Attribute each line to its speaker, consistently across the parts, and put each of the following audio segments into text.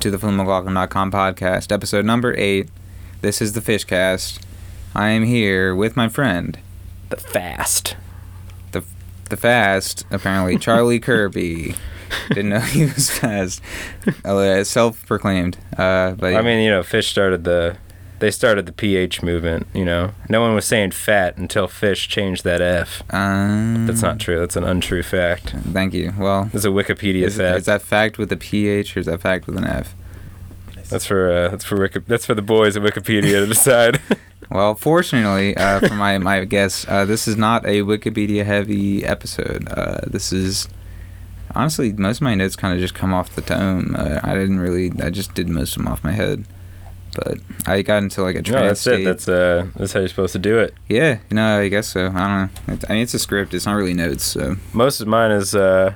Speaker 1: to the FlynnMcLaughlin.com podcast, episode number eight. This is the Fishcast. I am here with my friend,
Speaker 2: The fast.
Speaker 1: the the fast, apparently Charlie Kirby. Didn't know he was fast. Uh, Self-proclaimed. Uh, but
Speaker 2: I mean, you know, Fish started the. They started the PH movement, you know. No one was saying fat until Fish changed that F.
Speaker 1: um,
Speaker 2: That's not true. That's an untrue fact.
Speaker 1: Thank you. Well,
Speaker 2: It's a Wikipedia
Speaker 1: is,
Speaker 2: fact.
Speaker 1: is that fact with a PH or is that fact with an F?
Speaker 2: that's for uh, that's for Wiki- that's for the boys at Wikipedia to decide.
Speaker 1: Well, fortunately uh, for my my guess, uh, this is not a Wikipedia heavy episode. Uh, this is honestly most of my notes kind of just come off the tome. Uh, I didn't really. I just did most of them off my head. But I got into like a trance
Speaker 2: no, that's it.
Speaker 1: state.
Speaker 2: That's uh, that's how you're supposed to do it.
Speaker 1: Yeah, no, I guess so. I don't know. It, I mean, it's a script. It's not really notes. So
Speaker 2: Most of mine is uh,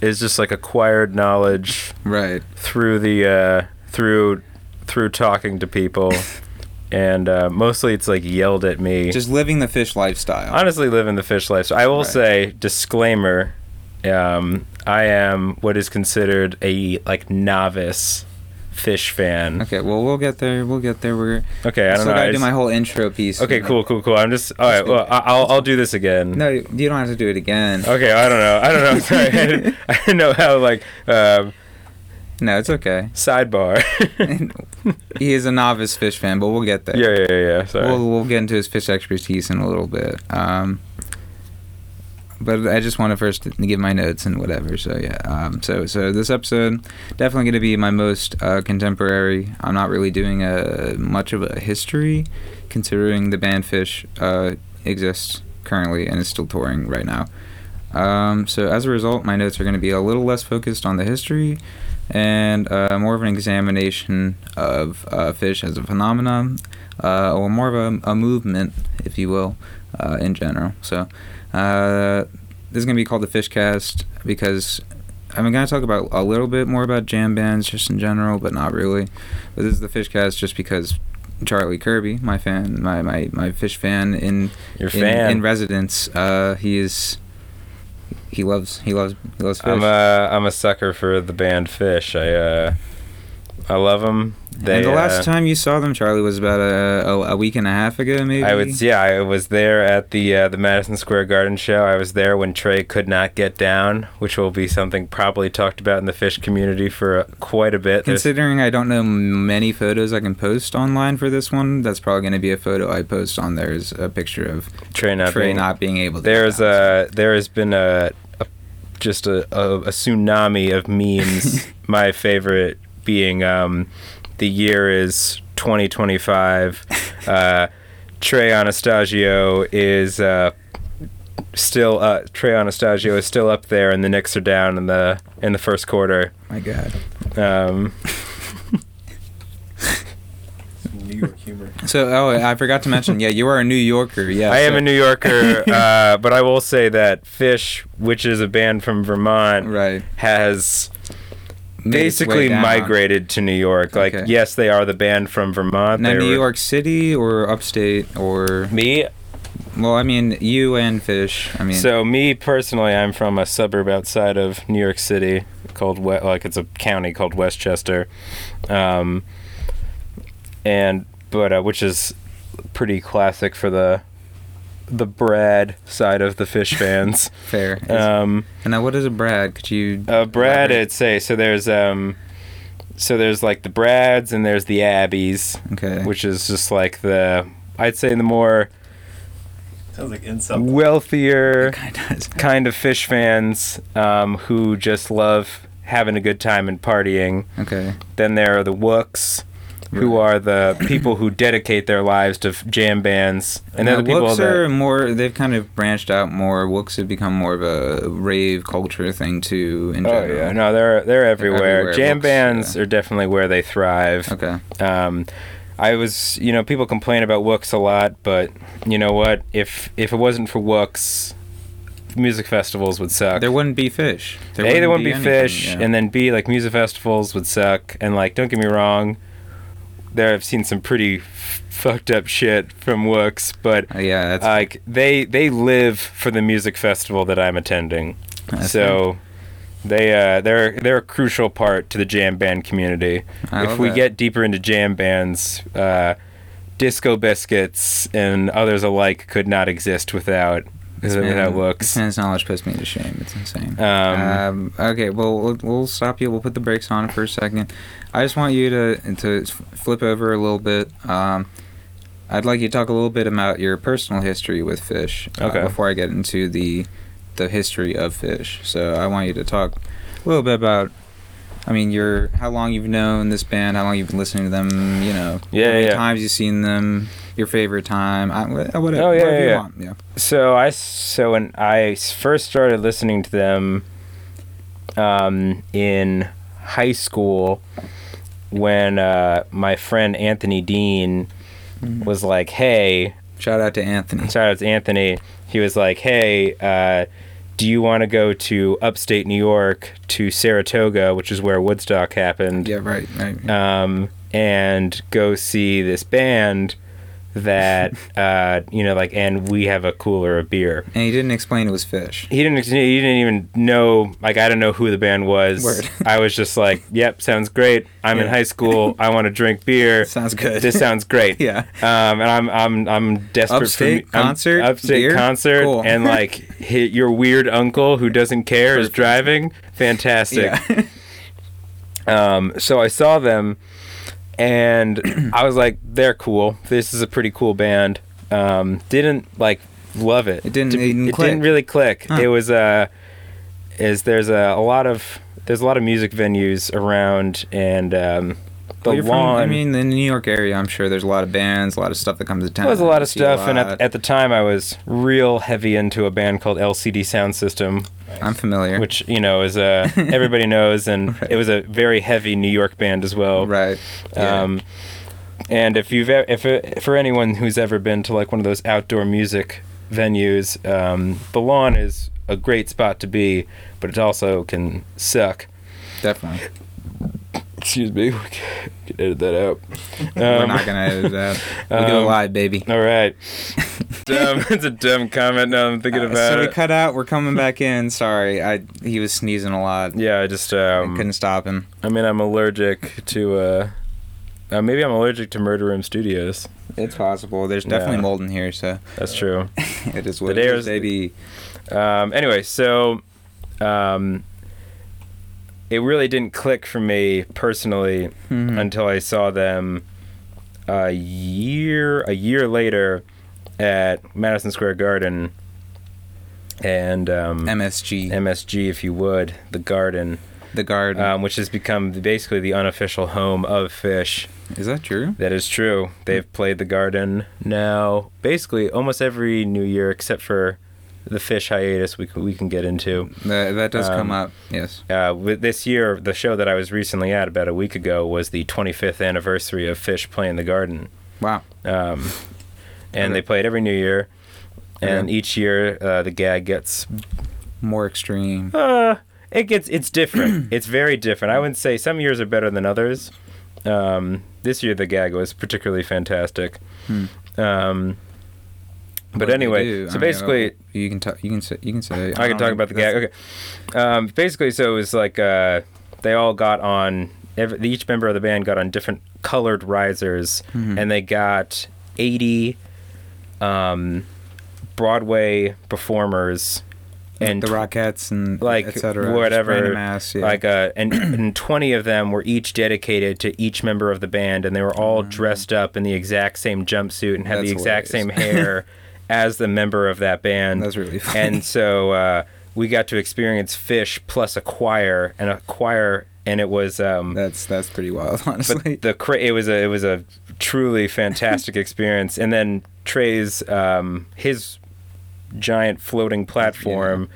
Speaker 2: is just like acquired knowledge
Speaker 1: right.
Speaker 2: through the uh, through through talking to people, and uh, mostly it's like yelled at me.
Speaker 1: Just living the fish lifestyle.
Speaker 2: honestly living the fish life. So I will
Speaker 1: Right.
Speaker 2: say disclaimer: um, I am what is considered a like novice fish fan.
Speaker 1: okay, well, we'll get there. We'll get there. We're
Speaker 2: Okay, I
Speaker 1: still
Speaker 2: don't know.
Speaker 1: gotta
Speaker 2: I
Speaker 1: do
Speaker 2: just-
Speaker 1: my whole intro piece.
Speaker 2: okay, cool, cool, cool. I'm just all right. Well, I- I'll I'll do this again.
Speaker 1: No, you don't have to do it again.
Speaker 2: Okay, I don't know. I don't know. Sorry, I didn't, I didn't know how like um,
Speaker 1: No, it's okay.
Speaker 2: sidebar.
Speaker 1: he is a novice fish fan, but we'll get there.
Speaker 2: yeah, yeah, yeah, yeah. Sorry.
Speaker 1: We'll, we'll get into his fish expertise in a little bit. Um, but I just want to first give my notes and whatever. So yeah. Um, so so this episode definitely going to be my most uh, contemporary. I'm not really doing a much of a history, considering the band Fish uh, exists currently and is still touring right now. Um, so as a result, my notes are going to be a little less focused on the history and uh, more of an examination of uh, fish as a phenomenon, uh, or more of a, a movement, if you will, uh, in general. So uh, this is going to be called the Fish Cast because I'm going to talk about a little bit more about jam bands just in general, but not really. But this is the Fish Cast just because Charlie Kirby, my fan, my, my, my fish fan in
Speaker 2: Your
Speaker 1: in,
Speaker 2: fan.
Speaker 1: in residence. Uh, he is. He loves. He loves. He loves fish.
Speaker 2: I'm a I'm a sucker for the band Fish. I uh, I love them. They,
Speaker 1: and the last
Speaker 2: uh,
Speaker 1: time you saw them, Charlie, was about a, a, a week and a half ago, maybe.
Speaker 2: I was yeah, I was there at the uh, the Madison Square Garden show. I was there when Trey could not get down, which will be something probably talked about in the fish community for uh, quite a bit. There's-
Speaker 1: Considering I don't know many photos I can post online for this one, that's probably going to be a photo I post on there is a picture of
Speaker 2: Trey not
Speaker 1: Trey
Speaker 2: being-
Speaker 1: not being able to.
Speaker 2: There's
Speaker 1: get out.
Speaker 2: a there has been a, a just a, a, a tsunami of memes. my favorite being um, the year is 2025. Uh, Trey Anastasio is uh, still uh, Trey Anastasio is still up there, and the Knicks are down in the in the first quarter.
Speaker 1: my God.
Speaker 2: Um,
Speaker 3: New York humor.
Speaker 1: So oh, I forgot to mention. Yeah, you are a New Yorker. Yeah,
Speaker 2: I am
Speaker 1: so-
Speaker 2: a New Yorker, uh, but I will say that Fish, which is a band from Vermont,
Speaker 1: right.
Speaker 2: has
Speaker 1: Made its way
Speaker 2: basically
Speaker 1: down.
Speaker 2: migrated to New York. Like,
Speaker 1: Okay.
Speaker 2: yes, they are the band from Vermont.
Speaker 1: Now,
Speaker 2: They
Speaker 1: New
Speaker 2: were-
Speaker 1: York City or upstate or
Speaker 2: Me,
Speaker 1: well, I mean you and fish. I mean,
Speaker 2: so me personally, I'm from a suburb outside of New York City called we- like it's a county called Westchester, um, and but uh, which is pretty classic for the the Brad side of the fish fans.
Speaker 1: fair.
Speaker 2: um,
Speaker 1: And now, what is a Brad? Could you?
Speaker 2: Uh, Brad,
Speaker 1: elaborate?
Speaker 2: I'd say so. There's um, so there's like the Brads and there's the Abbeys,
Speaker 1: Okay.
Speaker 2: which is just like the I'd say the more
Speaker 3: Sounds like insult.
Speaker 2: wealthier
Speaker 1: kind of does.
Speaker 2: kind of fish fans um, who just love having a good time and partying.
Speaker 1: Okay.
Speaker 2: Then there are the Wooks. Who
Speaker 1: Right.
Speaker 2: are the people who dedicate their lives to f- jam bands, and they're
Speaker 1: Now,
Speaker 2: the people
Speaker 1: Wooks
Speaker 2: that
Speaker 1: are more. They've kind of branched out more. Wooks have become more of a rave culture thing too. In
Speaker 2: oh
Speaker 1: general.
Speaker 2: yeah, no, they're they're everywhere.
Speaker 1: everywhere,
Speaker 2: Jam
Speaker 1: Wooks,
Speaker 2: bands
Speaker 1: yeah.
Speaker 2: are definitely where they thrive.
Speaker 1: Okay.
Speaker 2: Um, I was, you know, people complain about Wooks a lot, but you know what? If if it wasn't for Wooks, music festivals would suck.
Speaker 1: There wouldn't be fish.
Speaker 2: a, there wouldn't be,
Speaker 1: anything,
Speaker 2: fish,
Speaker 1: yeah.
Speaker 2: and then B, like music festivals would suck. And like, don't get me wrong, there I've seen some pretty f- fucked up shit from Wooks, but
Speaker 1: Uh, yeah, that's
Speaker 2: like they they live for the music festival that I'm attending.
Speaker 1: That's
Speaker 2: so They uh, they're they're a crucial part to the jam band community.
Speaker 1: I
Speaker 2: if
Speaker 1: love
Speaker 2: we
Speaker 1: that.
Speaker 2: get deeper into jam bands, uh, Disco Biscuits and others alike could not exist without without
Speaker 1: This
Speaker 2: looks.
Speaker 1: man's knowledge puts me to shame. It's insane.
Speaker 2: Um,
Speaker 1: Um, okay, well, we'll we'll stop you. We'll put the brakes on for a second. I just want you to to flip over a little bit. Um, I'd like you to talk a little bit about your personal history with fish. uh,
Speaker 2: Okay.
Speaker 1: before I get into the the history of fish, so I want you to talk a little bit about. I mean, your how long you've known this band, how long you've been listening to them. You know,
Speaker 2: Yeah,
Speaker 1: how many
Speaker 2: yeah.
Speaker 1: times you've seen them, your favorite time, I, wha- whatever.
Speaker 2: Oh, yeah,
Speaker 1: whatever
Speaker 2: yeah,
Speaker 1: you
Speaker 2: yeah.
Speaker 1: Want. yeah.
Speaker 2: so I so when I first started listening to them um, in high school when uh, my friend Anthony Dean
Speaker 1: Mm-hmm.
Speaker 2: was like, "Hey,
Speaker 1: Shout out to Anthony.
Speaker 2: shout out to Anthony." He was like, "Hey, uh, do you want to go to upstate New York to Saratoga, which is where Woodstock happened?"
Speaker 1: Yeah, right, right.
Speaker 2: um, and go see this band that uh, you know like and we have a cooler of beer
Speaker 1: and he didn't explain it was fish.
Speaker 2: he didn't he didn't even know like i don't know who the band was
Speaker 1: Word.
Speaker 2: i was just like yep sounds great i'm in
Speaker 1: Yeah.
Speaker 2: high school i want to drink beer
Speaker 1: Sounds good.
Speaker 2: this sounds great
Speaker 1: Yeah.
Speaker 2: um and i'm i'm i'm desperate
Speaker 1: Upstate
Speaker 2: for mu- I'm-
Speaker 1: concert,
Speaker 2: upstate
Speaker 1: beer,
Speaker 2: concert
Speaker 1: cool.
Speaker 2: and like hit your weird uncle who doesn't care is driving fantastic
Speaker 1: Yeah.
Speaker 2: um, so I saw them, and I was like, "They're cool. This is a pretty cool band." Um, didn't like love it.
Speaker 1: It didn't-
Speaker 2: To-
Speaker 1: it didn't click.
Speaker 2: really click.
Speaker 1: Huh.
Speaker 2: It was uh, is there's a, a lot of there's a lot of music venues around, and um, the
Speaker 1: Well, you're from-
Speaker 2: lawn.
Speaker 1: I mean, in the New York area, I'm sure there's a lot of bands, a lot of stuff that comes to town.
Speaker 2: There was a lot
Speaker 1: You
Speaker 2: of
Speaker 1: see
Speaker 2: stuff, and at,
Speaker 1: lot.
Speaker 2: at the time I was real heavy into a band called LCD Sound System,
Speaker 1: I'm familiar.
Speaker 2: which you know is uh, everybody knows, and it was a very heavy New York band as well.
Speaker 1: right? Yeah.
Speaker 2: Um, and if you've e- if it, for anyone who's ever been to like one of those outdoor music venues, um, the lawn is a great spot to be, but it also can suck.
Speaker 1: definitely.
Speaker 2: Excuse me, we can edit that out.
Speaker 1: We're
Speaker 2: Um,
Speaker 1: not gonna edit that. We'll do it
Speaker 2: um,
Speaker 1: live, baby.
Speaker 2: all right. dumb. It's a dumb comment. Now I'm thinking
Speaker 1: Uh,
Speaker 2: about
Speaker 1: so we
Speaker 2: it.
Speaker 1: cut out. We're coming back in. Sorry, I he was sneezing a lot.
Speaker 2: yeah, I just
Speaker 1: I
Speaker 2: um,
Speaker 1: couldn't stop him.
Speaker 2: I mean I'm allergic to uh, uh maybe I'm allergic to Murder Room Studios.
Speaker 1: It's possible. There's definitely
Speaker 2: Yeah.
Speaker 1: mold in here, so
Speaker 2: That's true.
Speaker 1: it is what
Speaker 2: The
Speaker 1: it
Speaker 2: dares-
Speaker 1: is, baby.
Speaker 2: Um, anyway, so um, it really didn't click for me personally
Speaker 1: Mhm.
Speaker 2: until I saw them a year a year later at Madison Square Garden and um,
Speaker 1: MSG,
Speaker 2: MSG, if you would, the Garden,
Speaker 1: the guard.
Speaker 2: um, which has become basically the unofficial home of Fish.
Speaker 1: is that true?
Speaker 2: That is true. They've played the Garden now, basically almost every New Year except for the Fish hiatus. We can, we can get into.
Speaker 1: That, that does come
Speaker 2: um,
Speaker 1: up. Yes.
Speaker 2: Uh, with this year, the show that I was recently at about a week ago was the 25th anniversary of Fish playing the Garden,
Speaker 1: Wow.
Speaker 2: um, and they
Speaker 1: Okay.
Speaker 2: played every New Year. And
Speaker 1: Okay.
Speaker 2: each year, uh, the gag gets
Speaker 1: More extreme.
Speaker 2: uh, it gets it's different. it's very different. I would say some years are better than others. Um, this year, the gag was particularly fantastic.
Speaker 1: Hmm.
Speaker 2: Um,
Speaker 1: What
Speaker 2: but
Speaker 1: do they
Speaker 2: anyway,
Speaker 1: do? I
Speaker 2: so
Speaker 1: mean,
Speaker 2: basically,
Speaker 1: uh, you can talk. You can say. You can say.
Speaker 2: I can
Speaker 1: um,
Speaker 2: talk about the
Speaker 1: that's-
Speaker 2: gag. Okay. Um, basically, so it was like uh, they all got on. Every, each member of the band got on different colored risers,
Speaker 1: Mm-hmm.
Speaker 2: and they got eighty um, Broadway performers and
Speaker 1: the Rockettes and
Speaker 2: like
Speaker 1: et cetera, just
Speaker 2: whatever
Speaker 1: random ass, yeah.
Speaker 2: like uh and, and 20 of them were each dedicated to each member of the band and they were all dressed up in the exact same jumpsuit and had the
Speaker 1: Mm. That's
Speaker 2: exact
Speaker 1: hilarious.
Speaker 2: same hair as the member of that band
Speaker 1: That's really funny.
Speaker 2: um, and so uh we got to experience fish plus a choir and a choir and it was um
Speaker 1: that's that's pretty wild, honestly.
Speaker 2: but the cra- it was a it was a truly fantastic experience. And then Trey's um, his giant floating platform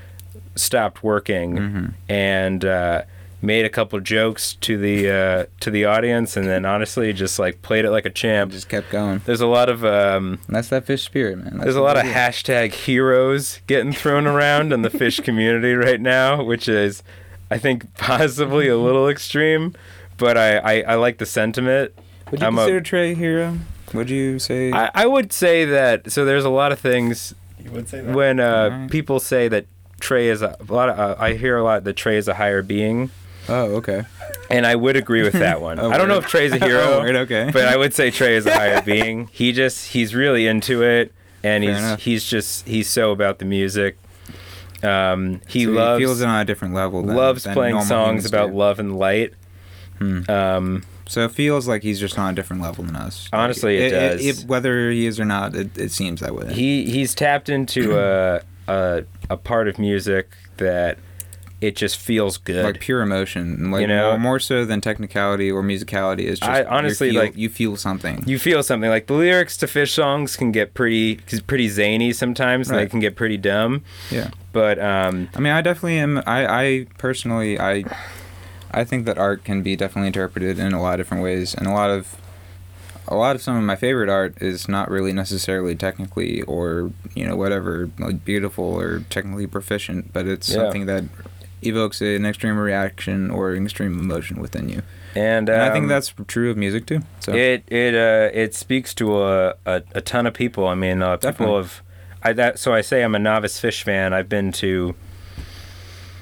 Speaker 2: stopped working
Speaker 1: Mm-hmm.
Speaker 2: and uh, made a couple jokes to the uh, to the audience, and then honestly just like played it like a
Speaker 1: It
Speaker 2: champ.
Speaker 1: just kept going.
Speaker 2: There's a lot of um,
Speaker 1: And that's that fish spirit, man. That's
Speaker 2: there's a
Speaker 1: what
Speaker 2: lot of
Speaker 1: they do.
Speaker 2: hashtag heroes getting thrown around in the fish community right now, which is, I think, possibly a little extreme, but I, I, I like the sentiment.
Speaker 1: Would you
Speaker 2: I'm a-
Speaker 1: consider Trey a hero? Would you say?
Speaker 2: I, I would say that, so there's a lot of things
Speaker 3: You would say that.
Speaker 2: when uh,
Speaker 1: Alright.
Speaker 2: people say that Trey is a, a lot. Of, uh, I hear a lot that Trey is a higher being,
Speaker 1: Oh, okay.
Speaker 2: and I would agree with that one.
Speaker 1: Oh,
Speaker 2: I don't know
Speaker 1: word.
Speaker 2: if Trey's a
Speaker 1: Oh,
Speaker 2: hero,
Speaker 1: word, okay.
Speaker 2: but I would say Trey is a higher being. He just he's really into it, and
Speaker 1: Fair
Speaker 2: he's
Speaker 1: enough.
Speaker 2: he's just he's so about the music. Um, he
Speaker 1: So
Speaker 2: loves
Speaker 1: feels it on a different level. Than,
Speaker 2: loves
Speaker 1: than
Speaker 2: playing
Speaker 1: normal Hmm.
Speaker 2: songs
Speaker 1: humans
Speaker 2: about
Speaker 1: do.
Speaker 2: love and light. Um,
Speaker 1: So it feels like he's just on a different level than us. Like,
Speaker 2: Honestly, it does.
Speaker 1: if- whether he is or not, it, it seems that way.
Speaker 2: he he's tapped into a, a a part of music that it just feels good.
Speaker 1: like pure emotion, like
Speaker 2: You know?
Speaker 1: more, more so than technicality or musicality. It's just
Speaker 2: I
Speaker 1: you
Speaker 2: honestly,
Speaker 1: feel-
Speaker 2: like-
Speaker 1: you feel something.
Speaker 2: you feel something like the lyrics to fish songs can get pretty pretty zany sometimes and they
Speaker 1: Right.
Speaker 2: can get pretty dumb
Speaker 1: yeah.
Speaker 2: but um
Speaker 1: I mean, I definitely am. I, I personally, I, I think that art can be definitely interpreted in a lot of different ways, and a lot of, a lot of some of my favorite art is not really necessarily technically or you know whatever like beautiful or technically proficient, but it's
Speaker 2: Yeah.
Speaker 1: something that evokes an extreme reaction or an extreme emotion within you,
Speaker 2: and,
Speaker 1: and I think
Speaker 2: um,
Speaker 1: that's true of music too. So
Speaker 2: it it uh it speaks to a a, a ton of people i mean uh, people
Speaker 1: Definitely.
Speaker 2: have I, that, so I say I'm a novice fish fan. I've been to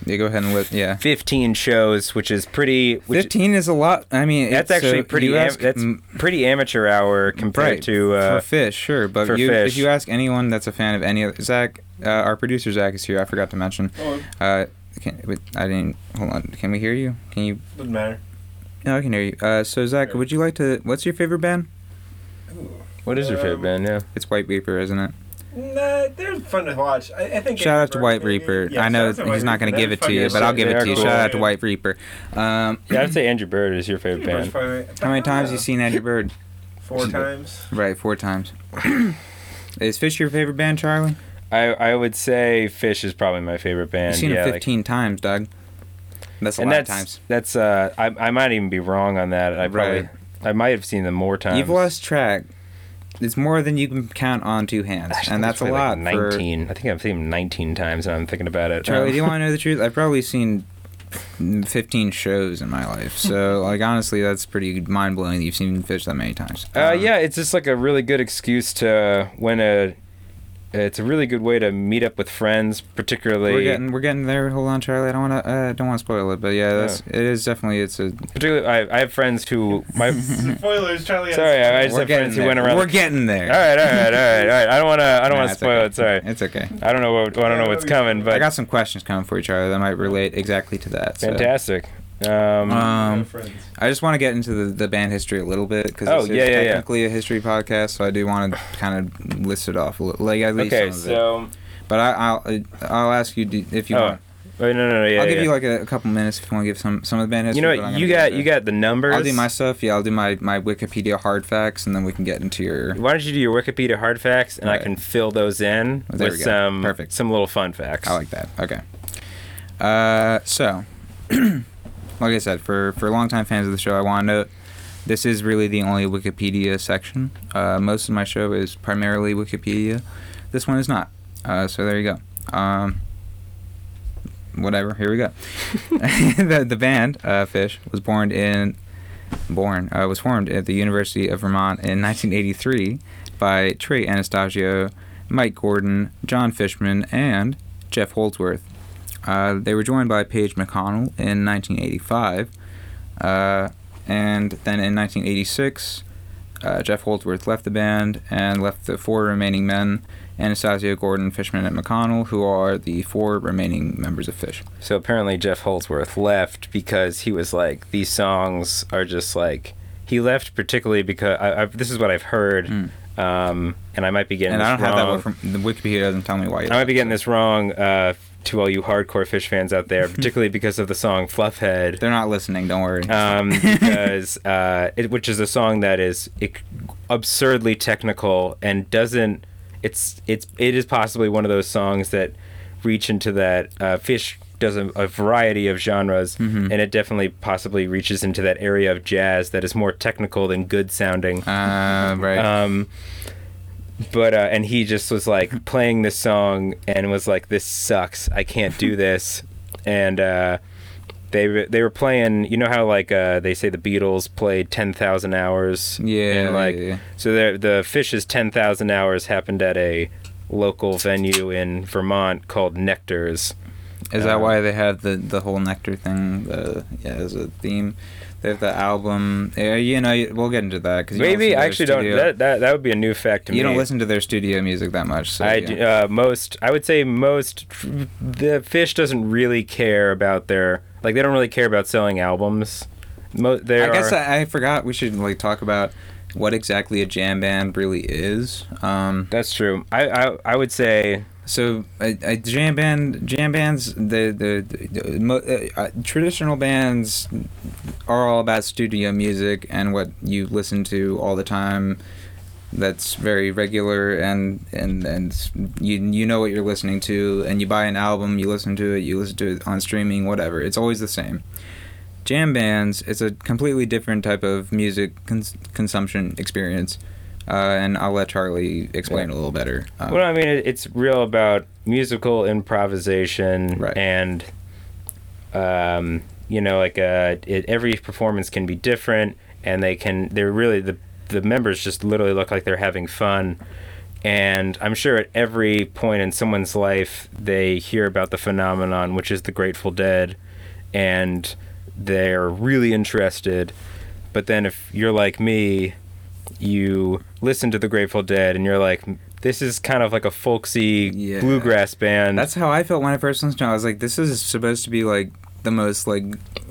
Speaker 1: yeah, go ahead and let yeah.
Speaker 2: 15 shows, which is pretty. Which,
Speaker 1: Fifteen is a lot. I mean,
Speaker 2: that's
Speaker 1: it's- so
Speaker 2: actually pretty.
Speaker 1: you
Speaker 2: Am,
Speaker 1: ask-
Speaker 2: that's
Speaker 1: mm,
Speaker 2: pretty amateur hour compared
Speaker 1: right.
Speaker 2: to uh,
Speaker 1: for fish, sure. But
Speaker 2: for
Speaker 1: you,
Speaker 2: fish.
Speaker 1: if you ask anyone that's a fan of any other, Zach, uh, our producer Zach is here. I forgot to mention.
Speaker 3: Oh, it
Speaker 1: Uh, can, wait, I didn't. Hold on. Can we hear you? Can you?
Speaker 3: doesn't matter.
Speaker 1: No, I can hear you. Uh, so Zach, would you like to? What's your favorite band?
Speaker 3: Ooh.
Speaker 2: What is your favorite
Speaker 3: Um,
Speaker 2: band? Yeah.
Speaker 1: It's White Reaper, isn't it?
Speaker 3: Nah, they're fun to watch. I, I think.
Speaker 1: Shout
Speaker 3: Andy
Speaker 1: out to
Speaker 3: Bird
Speaker 1: White
Speaker 3: maybe.
Speaker 1: Reaper.
Speaker 3: Yeah,
Speaker 1: I know
Speaker 3: shout out
Speaker 1: he's
Speaker 3: to White
Speaker 1: not going
Speaker 3: Reaper.
Speaker 1: to
Speaker 3: They're
Speaker 1: give it to
Speaker 3: fucking
Speaker 1: you, but I'll give it
Speaker 2: They're
Speaker 1: to you.
Speaker 2: cool.
Speaker 1: Shout out to
Speaker 3: Yeah.
Speaker 1: White Reaper. Um,
Speaker 2: Yeah, I'd say Andrew Bird is your favorite
Speaker 3: Pretty
Speaker 2: band.
Speaker 3: much probably-
Speaker 1: how many times
Speaker 3: Yeah.
Speaker 1: you seen Andrew Bird?
Speaker 3: Four times.
Speaker 1: Right, four times. is Fish your favorite band, Charlie?
Speaker 2: I, I would say Fish is probably my favorite band.
Speaker 1: You've seen
Speaker 2: yeah,
Speaker 1: him
Speaker 2: like-
Speaker 1: 15 times, Doug. That's a
Speaker 2: and
Speaker 1: lot
Speaker 2: that's
Speaker 1: of times.
Speaker 2: that's uh I, I might even be wrong on that. I probably
Speaker 1: Right.
Speaker 2: I might have seen them more times.
Speaker 1: You've lost track. It's more than you can count on two hands,
Speaker 2: Actually,
Speaker 1: and
Speaker 2: I
Speaker 1: that's a
Speaker 2: think
Speaker 1: lot.
Speaker 2: Like Nineteen. I think I've seen them nineteen times, and I'm thinking about it.
Speaker 1: For, Charlie, do you
Speaker 2: Um,
Speaker 1: want to know the truth? I've probably seen fifteen shows in my life, so like honestly, that's pretty mind blowing that you've seen fish that many times.
Speaker 2: Uh,
Speaker 1: Um,
Speaker 2: yeah, it's just like a really good excuse to when a. It's a really good way to meet up with friends, particularly
Speaker 1: we're getting we're getting there. Hold on, Charlie. I don't want to uh, don't want to spoil it, but yeah, that's it is definitely it's a
Speaker 2: particularly I, I have friends who my
Speaker 3: Spoilers, Charlie.
Speaker 2: sorry I, I just
Speaker 1: we're
Speaker 2: have friends
Speaker 1: getting
Speaker 2: who went
Speaker 1: there.
Speaker 2: around.
Speaker 1: We're getting
Speaker 2: all
Speaker 1: there.
Speaker 2: right, all right, all right, all right. I don't want to. I don't
Speaker 1: Nah,
Speaker 2: want to
Speaker 1: it's
Speaker 2: spoil
Speaker 1: okay.
Speaker 2: it. Sorry.
Speaker 1: It's okay.
Speaker 2: I don't know what I don't know what's coming,
Speaker 1: I
Speaker 2: but
Speaker 1: got some questions coming for you, Charlie, that might relate exactly to that. so.
Speaker 2: fantastic. Um,
Speaker 1: Um,
Speaker 3: friends.
Speaker 1: I just want to get into the, the band history a little bit because
Speaker 2: Oh,
Speaker 1: this
Speaker 2: yeah,
Speaker 1: is
Speaker 2: yeah, yeah.
Speaker 1: technically a history podcast, so I do want to kind of list it off a little, like at least
Speaker 2: okay,
Speaker 1: some of it.
Speaker 2: so
Speaker 1: But I, I'll I'll ask you do- if you
Speaker 2: Oh,
Speaker 1: want.
Speaker 2: wait, no, no, no, yeah,
Speaker 1: I'll give
Speaker 2: yeah.
Speaker 1: you like a, a couple minutes if you want to give some some of the band history.
Speaker 2: you know
Speaker 1: but I'm gonna
Speaker 2: what? You
Speaker 1: get
Speaker 2: got
Speaker 1: into-
Speaker 2: you got the numbers.
Speaker 1: I'll do my stuff. Yeah, I'll do my my Wikipedia hard facts, and then we can get into your.
Speaker 2: Why don't you do your Wikipedia hard facts, and I
Speaker 1: Alright.
Speaker 2: can fill those in
Speaker 1: There
Speaker 2: with
Speaker 1: we go.
Speaker 2: some
Speaker 1: Perfect.
Speaker 2: some little fun facts.
Speaker 1: I like that. Okay. Uh, so, like I said, for for longtime fans of the show, I want to note this is really the only Wikipedia section. Uh, most of my show is primarily Wikipedia. This one is not. Uh, so there you go. Um, whatever. Here we go. the, the band uh, Fish was born in born uh, was formed at the University of Vermont in 1983 by Trey Anastasio, Mike Gordon, John Fishman, and Jeff Holdsworth. Uh, they were joined by Paige McConnell in 1985, uh, and then in 1986, uh, Jeff Holdsworth left the band and left the four remaining men, Anastasio, Gordon, Fishman, and McConnell, who are the four remaining members of Fish.
Speaker 2: So apparently Jeff Holdsworth left because he was like these songs are just like he left particularly because I, I, this is what I've heard, um, and I might be getting
Speaker 1: Hmm. And
Speaker 2: this
Speaker 1: I don't have that
Speaker 2: wrong. Oh.
Speaker 1: one from the Wikipedia doesn't tell me why.
Speaker 2: I might be getting this wrong uh, to all you hardcore fish fans out there, particularly because of the song Fluffhead.
Speaker 1: They're not listening. Don't worry.
Speaker 2: Um, because uh, it, which is a song that is ec- absurdly technical and doesn't. It's it's it is possibly one of those songs that reach into that uh, fish does a, a variety of genres, and it definitely possibly reaches into that area of jazz that is more technical than good sounding.
Speaker 1: Uh, right.
Speaker 2: Um, but uh, and he just was like playing this song and was like, "This sucks. I can't do this." and uh, they were- they were playing. You know how like uh, they say the Beatles played ten thousand hours.
Speaker 1: Yeah,
Speaker 2: And, like
Speaker 1: yeah, yeah.
Speaker 2: so, the the Fish's ten thousand hours happened at a local venue in Vermont called Nectar's.
Speaker 1: Is that
Speaker 2: Um,
Speaker 1: why they have the the whole nectar thing? The yeah, as a theme. They have the album. Yeah, you know, we'll get into that because
Speaker 2: Maybe I actually don't. That, that that would be a new fact to
Speaker 1: you
Speaker 2: me.
Speaker 1: don't listen to their studio music that much. So,
Speaker 2: I
Speaker 1: yeah.
Speaker 2: do, uh, most I would say most the fish doesn't really care about their like they don't really care about selling albums. Mo- there
Speaker 1: I guess
Speaker 2: are,
Speaker 1: I, I forgot we should like talk about what exactly a jam band really is. Um,
Speaker 2: that's true. I, I I would say
Speaker 1: so a, a jam band, jam bands, the the, the mo- uh, uh, traditional bands are all about studio music and what you listen to all the time. That's very regular and and and you you know what you're listening to and you buy an album, you listen to it, you listen to it on streaming, whatever. It's always the same. jam bands it's a completely different type of music cons- consumption experience uh, and i'll let charlie explain a little better uh,
Speaker 2: well I mean it, it's real about musical improvisation
Speaker 1: Right.
Speaker 2: and um you know like uh it, every performance can be different and they can they're really the the members just literally look like they're having fun and i'm sure at every point in someone's life they hear about the phenomenon which is the grateful dead and they're really interested but then if you're like me you listen to the grateful dead and you're like this is kind of like a folksy
Speaker 1: Yeah.
Speaker 2: bluegrass band
Speaker 1: that's how i felt when i first listened to it i was like this is supposed to be like the most like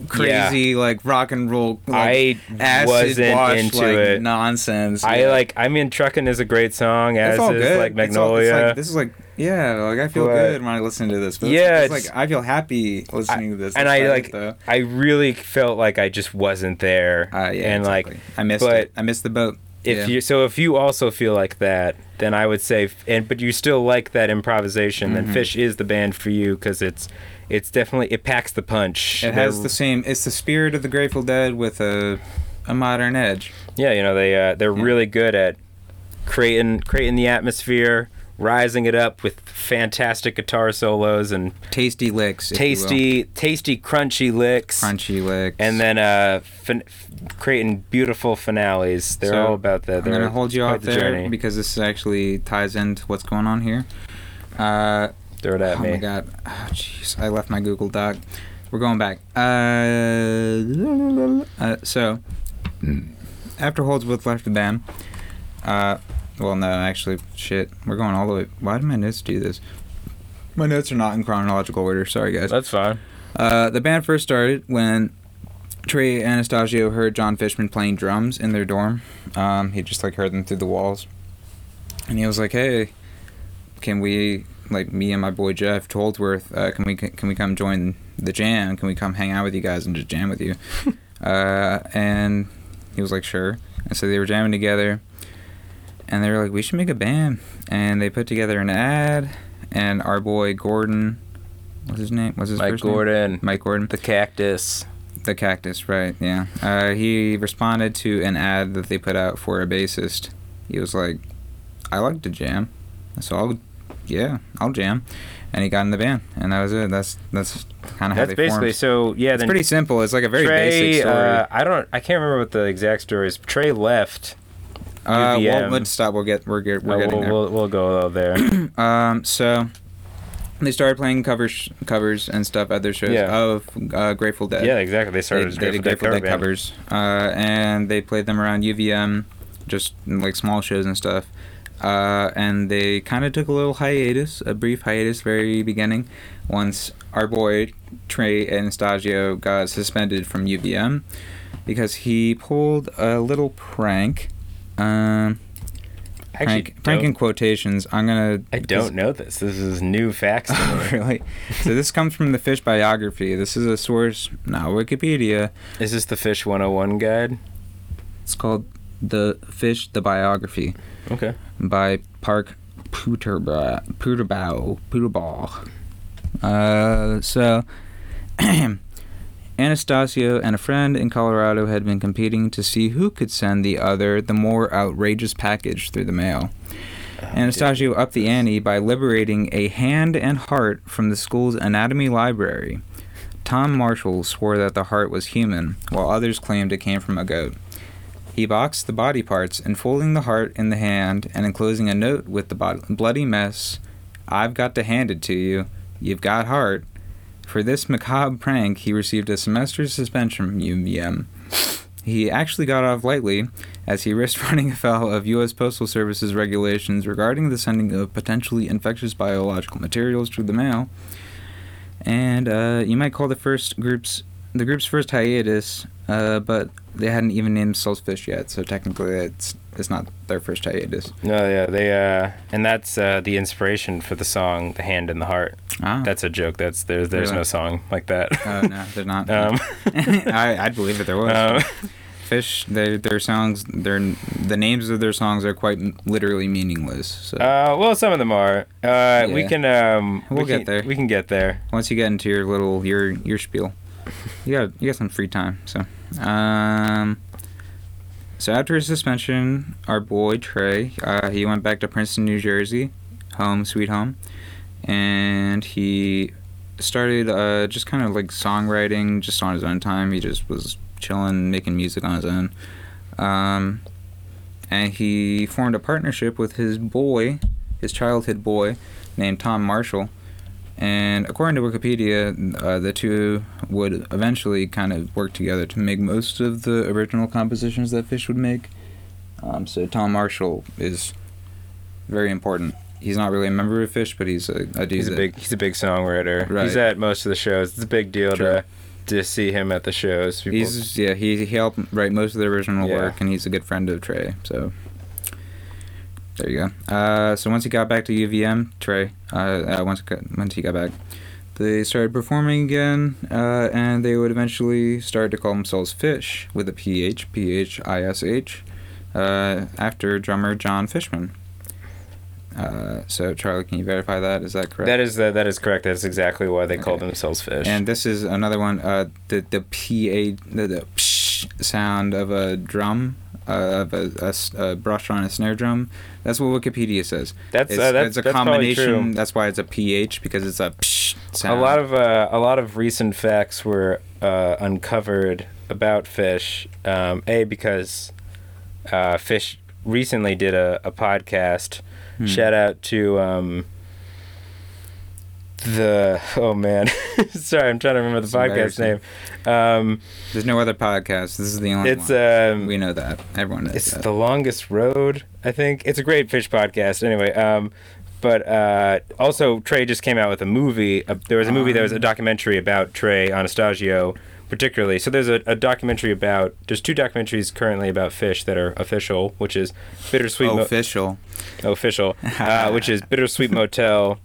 Speaker 1: crazy like rock and roll like,
Speaker 2: I
Speaker 1: acid
Speaker 2: wasn't
Speaker 1: wash,
Speaker 2: into
Speaker 1: like,
Speaker 2: it.
Speaker 1: nonsense
Speaker 2: I
Speaker 1: yeah.
Speaker 2: like. I mean, trucking is a great song. As
Speaker 1: it's all
Speaker 2: is
Speaker 1: good.
Speaker 2: like
Speaker 1: It's all-
Speaker 2: Magnolia.
Speaker 1: it's like- this is like, yeah, like I feel
Speaker 2: But-
Speaker 1: good when I listen to this. But
Speaker 2: Yeah,
Speaker 1: yeah, it's,
Speaker 2: it's-
Speaker 1: like I feel happy listening to this.
Speaker 2: and I
Speaker 1: despite
Speaker 2: like.
Speaker 1: it, though.
Speaker 2: I really felt like I just wasn't there.
Speaker 1: uh, yeah,
Speaker 2: and like,
Speaker 1: exactly. I missed
Speaker 2: but
Speaker 1: it. I missed the boat.
Speaker 2: if
Speaker 1: Yeah.
Speaker 2: you so if you also feel like that, then I would say, and but you still like that improvisation,
Speaker 1: Mm-hmm.
Speaker 2: then Fish is the band for you because it's, it's definitely it packs the punch.
Speaker 1: It has
Speaker 2: They're-
Speaker 1: the same. It's the spirit of the Grateful Dead with a a modern edge.
Speaker 2: Yeah, you know they uh, they're really good at creating creating the atmosphere, rising it up with fantastic guitar solos and
Speaker 1: Tasty licks. if you will.
Speaker 2: tasty, tasty, crunchy licks,
Speaker 1: crunchy licks.
Speaker 2: and then uh, fin- f- creating beautiful finales. They're
Speaker 1: So,
Speaker 2: all about that.
Speaker 1: I'm
Speaker 2: They're
Speaker 1: gonna hold you
Speaker 2: quite
Speaker 1: off
Speaker 2: the
Speaker 1: there
Speaker 2: journey.
Speaker 1: because this actually ties into what's going on here. Uh,
Speaker 2: Throw it at
Speaker 1: oh
Speaker 2: me.
Speaker 1: my god. Oh jeez, I left my Google Doc. We're going back. Uh, uh, so
Speaker 2: Hmm.
Speaker 1: after Holdsworth left the band, uh, well no, actually shit, we're going all the way. Why did my notes do this? My notes are not in chronological order. Sorry guys.
Speaker 2: That's fine.
Speaker 1: Uh, the band first started when Trey Anastasio heard John Fishman playing drums in their dorm. Um, he just like heard them through the walls, and he was like, "Hey, can we like me and my boy Jeff Toldsworth? Uh, can we can we come join the jam? Can we come hang out with you guys and just jam with you?" uh, and he was like, "Sure." And so they were jamming together, and they were like, "We should make a band." And they put together an ad, and our boy Gordon, what's his name? What's his
Speaker 2: Mike
Speaker 1: first name?
Speaker 2: Gordon,
Speaker 1: Mike Gordon,
Speaker 2: the cactus.
Speaker 1: the cactus, right? Yeah. Uh, he responded to an ad that they put out for a bassist. He was like, "I like to jam, so I'll, yeah, I'll jam," and he got in the band, and that was it. That's that's kind of how
Speaker 2: That's
Speaker 1: they
Speaker 2: basically
Speaker 1: formed.
Speaker 2: so. Yeah,
Speaker 1: It's
Speaker 2: then
Speaker 1: pretty simple. It's like a very
Speaker 2: Trey.
Speaker 1: basic story.
Speaker 2: Uh, I don't. I can't remember what the exact story is. Trey left.
Speaker 1: Uh, well,
Speaker 2: UVM.
Speaker 1: let's stop. We'll get we're get, we're
Speaker 2: Uh,
Speaker 1: getting
Speaker 2: we'll, we'll we'll go there.
Speaker 1: there. Um, so they started playing covers covers and stuff at their shows
Speaker 2: Yeah.
Speaker 1: of uh, Grateful Dead.
Speaker 2: yeah, exactly. They started
Speaker 1: they,
Speaker 2: as
Speaker 1: they did Grateful Dead
Speaker 2: cover band.
Speaker 1: covers, uh, and they played them around UVM, just in, like small shows and stuff. Uh, and they kind of took a little hiatus, a brief hiatus, very beginning, once our boy Trey Anastasio got suspended from UVM because he pulled a little prank. Um,
Speaker 2: Actually,
Speaker 1: prank, prank
Speaker 2: don't-
Speaker 1: in quotations. I'm gonna.
Speaker 2: I don't know this. This is new facts to
Speaker 1: Oh,
Speaker 2: me.
Speaker 1: really? so this comes from the Fish biography. This is a source, not Wikipedia.
Speaker 2: Is this the Fish 101 guide?
Speaker 1: It's called The Fish, The Biography
Speaker 2: Okay.
Speaker 1: by Park Puterba- Puterbau. Puterbau. Uh, so, Anastasio and a friend in Colorado had been competing to see who could send the other the more outrageous package through the mail.
Speaker 2: Oh,
Speaker 1: Anastasio upped the ante by liberating a hand and heart from the school's anatomy library. Tom Marshall swore that the heart was human, while others claimed it came from a goat. He boxed the body parts, enfolding the heart in the hand and enclosing a note with the bod- bloody mess I've got to hand it to you. You've got heart. For this macabre prank, he received a semester's suspension from UVM. He actually got off lightly, as he risked running afoul of U.S. Postal Service's regulations regarding the sending of potentially infectious biological materials through the mail. And uh, you might call the first group's the group's first hiatus, uh, but they hadn't even named Saltfish yet, so technically it's it's not their first hiatus.
Speaker 2: No, yeah, they uh, and that's uh, the inspiration for the song "The Hand and the Heart."
Speaker 1: Ah.
Speaker 2: That's a joke. That's there's there's
Speaker 1: Really?
Speaker 2: no song like that.
Speaker 1: Oh no, they're not.
Speaker 2: Um.
Speaker 1: I I'd believe it. There was
Speaker 2: Um.
Speaker 1: fish. Their their songs. Their the names of their songs are quite literally meaningless. So
Speaker 2: Uh, well, some of them are. Uh, we
Speaker 1: Yeah.
Speaker 2: can um, we
Speaker 1: We'll
Speaker 2: can-
Speaker 1: get there.
Speaker 2: We can get there.
Speaker 1: once you get into your little your your spiel, you got you got some free time. So, um, so after his suspension, our boy Trey, uh, he went back to Princeton, New Jersey, home sweet home, and he started uh, just kind of like songwriting just on his own time. He just was chilling, making music on his own. Um, and he formed a partnership with his boy, his childhood boy, named Tom Marshall. And according to Wikipedia, uh, the two would eventually kind of work together to make most of the original compositions that Fish would make. Um, so Tom Marshall is very important. He's not really a member of Fish, but he's a, a dude
Speaker 2: He's a
Speaker 1: that-
Speaker 2: big he's a big songwriter. He's
Speaker 1: Right.
Speaker 2: at most of the shows. It's a big deal
Speaker 1: True.
Speaker 2: to to see him at the shows. People-
Speaker 1: He's yeah, he he helped write most of the original
Speaker 2: Yeah.
Speaker 1: work, and he's a good friend of Trey. So there you go. Uh, so once he got back to UVM, Trey, uh, uh, once got, once he got back, they started performing again, uh, and they would eventually start to call themselves Fish with a PH, P H I S H, uh, after drummer John Fishman. Uh, so Charlie, can you verify that? Is that correct?
Speaker 2: that is uh, that that is correct. That's exactly why they call
Speaker 1: Okay.
Speaker 2: themselves Fish.
Speaker 1: And this is another one. Uh, the the pa the, the psh sound of a drum, uh, of a, a s- a brush on a snare drum. That's what Wikipedia says.
Speaker 2: that's
Speaker 1: It's,
Speaker 2: uh, that's,
Speaker 1: it's a
Speaker 2: that's probably
Speaker 1: combination.
Speaker 2: true.
Speaker 1: That's why it's a ph because it's a psh
Speaker 2: A
Speaker 1: sound.
Speaker 2: lot of uh, a lot of recent facts were uh, uncovered about fish. Um, a because uh, fish recently did a, a podcast.
Speaker 1: Hmm.
Speaker 2: Shout out to um, the oh man, sorry, I'm trying to remember
Speaker 1: It's
Speaker 2: the podcast name.
Speaker 1: embarrassing.
Speaker 2: Um,
Speaker 1: There's no other podcast. This is the only
Speaker 2: it's
Speaker 1: one.
Speaker 2: um,
Speaker 1: we know that. Everyone knows
Speaker 2: it's
Speaker 1: that.
Speaker 2: the longest road, I think. It's a great fish podcast, anyway. Um, but uh, also, Trey just came out with a movie. Uh, there was a movie that
Speaker 1: Um.
Speaker 2: was a documentary about Trey Anastasio, particularly. So there's a, a documentary about. There's two documentaries currently about fish that are official, which is Bittersweet
Speaker 1: Oh,
Speaker 2: Mo-
Speaker 1: official.
Speaker 2: official, uh, which is Bittersweet Motel,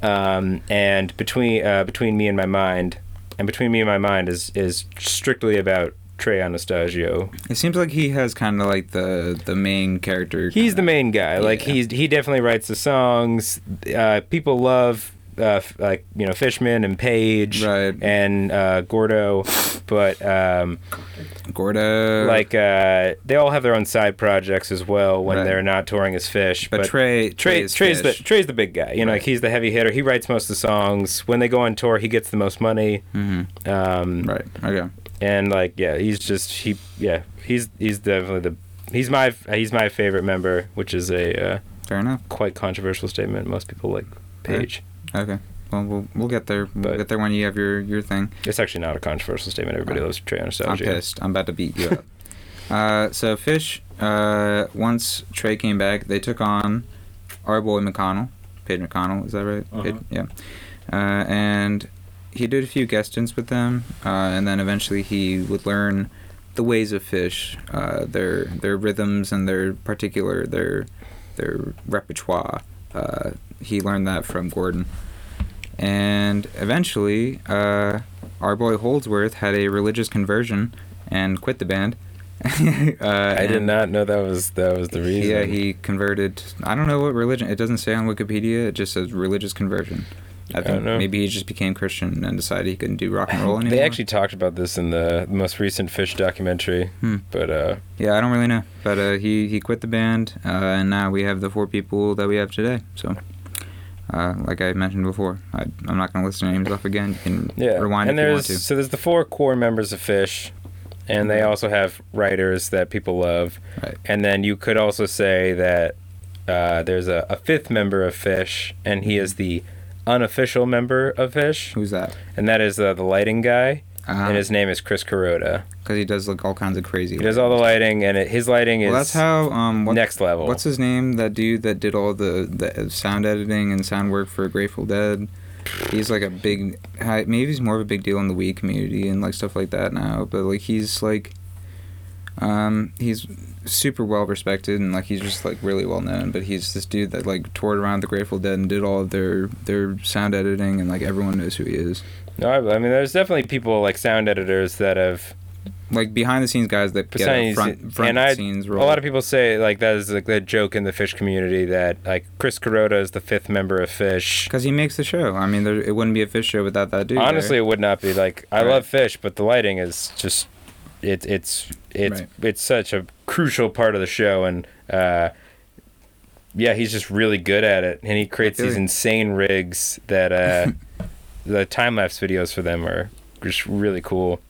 Speaker 2: um, and between uh, between me and my mind, and between me and my mind is is strictly about Trey Anastasio
Speaker 1: It seems like he has kind of like the the main character.
Speaker 2: he's the
Speaker 1: kinda-
Speaker 2: main guy. Like
Speaker 1: Yeah.
Speaker 2: he's he definitely writes the songs. Uh, people love uh, f- like you know Fishman and Page
Speaker 1: Right.
Speaker 2: and uh, Gordo, but um,
Speaker 1: Gordo.
Speaker 2: like uh, they all have their own side projects as well when
Speaker 1: Right.
Speaker 2: they're not touring as Fish.
Speaker 1: But Trey- Trey
Speaker 2: Trey,
Speaker 1: is
Speaker 2: Trey's the
Speaker 1: Fish.
Speaker 2: Trey's the big guy. You know, like he's the heavy hitter. He writes most of the songs. When they go on tour, he gets the most money. Mm-hmm. Um,
Speaker 1: Right. Okay.
Speaker 2: and like yeah he's just he yeah he's he's definitely the he's my he's my favorite member which is a uh,
Speaker 1: Fair enough.
Speaker 2: quite controversial statement most people like Page.
Speaker 1: Okay. Well, we'll, we'll get there. We'll
Speaker 2: But-
Speaker 1: get there when you have your, your thing.
Speaker 2: it's actually not a controversial statement everybody loves Trey
Speaker 1: I'm
Speaker 2: Anastasio
Speaker 1: pissed. I'm about to beat you up. Uh, so Fish, uh, once Trey came back, they took on our boy McConnell, Paige McConnell. Is that right? Paige? yeah. Uh, and he did a few guest stints with them, uh, and then eventually he would learn the ways of Fish, uh, their their rhythms and their particular their their repertoire. Uh, he learned that from Gordon. And eventually, uh, our boy Holdsworth had a religious conversion and quit the band. uh,
Speaker 2: I did
Speaker 1: and-
Speaker 2: not know that was that was the reason
Speaker 1: Yeah, he converted. I don't know what religion. It doesn't say on Wikipedia. It just says religious conversion. I
Speaker 2: I
Speaker 1: think
Speaker 2: don't know.
Speaker 1: maybe he just became Christian and decided he couldn't do rock and roll anymore.
Speaker 2: they actually talked about this in the most recent Fish documentary
Speaker 1: Hmm.
Speaker 2: but uh
Speaker 1: Yeah, I don't really know, but uh, he he quit the band, uh, and now we have the four people that we have today. So, uh, like I mentioned before, I, I'm not going to list their names off again. You can
Speaker 2: yeah
Speaker 1: rewind
Speaker 2: and
Speaker 1: if you want
Speaker 2: there's
Speaker 1: to.
Speaker 2: so there's the four core members of Fish and they also have writers that people love
Speaker 1: Right.
Speaker 2: And then you could also say that uh, there's a, a fifth member of Fish, and he is the unofficial member of Fish,
Speaker 1: Who's that?
Speaker 2: and that is uh, the lighting guy,
Speaker 1: Because
Speaker 2: and his name is Chris Carota.
Speaker 1: he does like all kinds of crazy.
Speaker 2: He does all the lighting, and it, his lighting is
Speaker 1: Well, that's how. Um, what,
Speaker 2: next level.
Speaker 1: what's his name? That dude that did all the, the sound editing and sound work for Grateful Dead. He's like a big. hi- Maybe he's more of a big deal in the Wii community and like stuff like that now. But like he's like, um, he's super well respected and like he's just like really well known. But he's this dude that like toured around the Grateful Dead and did all of their their sound editing and like everyone knows who he is.
Speaker 2: no, I, I mean, there's definitely people like sound editors that have.
Speaker 1: Like behind the scenes guys that get a
Speaker 2: Besides-
Speaker 1: front front
Speaker 2: and I,
Speaker 1: scenes
Speaker 2: a
Speaker 1: role.
Speaker 2: lot of people say like that is like the joke in the Fish community that like Chris Carota is the fifth member of Fish.
Speaker 1: Because he makes the show. I mean, there, it wouldn't be a fish show without that dude. there.
Speaker 2: Honestly, it would not be like I
Speaker 1: Right.
Speaker 2: love Fish, but the lighting is just it it's it's
Speaker 1: Right.
Speaker 2: it's such a crucial part of the show and uh yeah, he's just really good at it and he creates
Speaker 1: feel
Speaker 2: these
Speaker 1: you.
Speaker 2: insane rigs that uh the time-lapse videos for them are just really cool.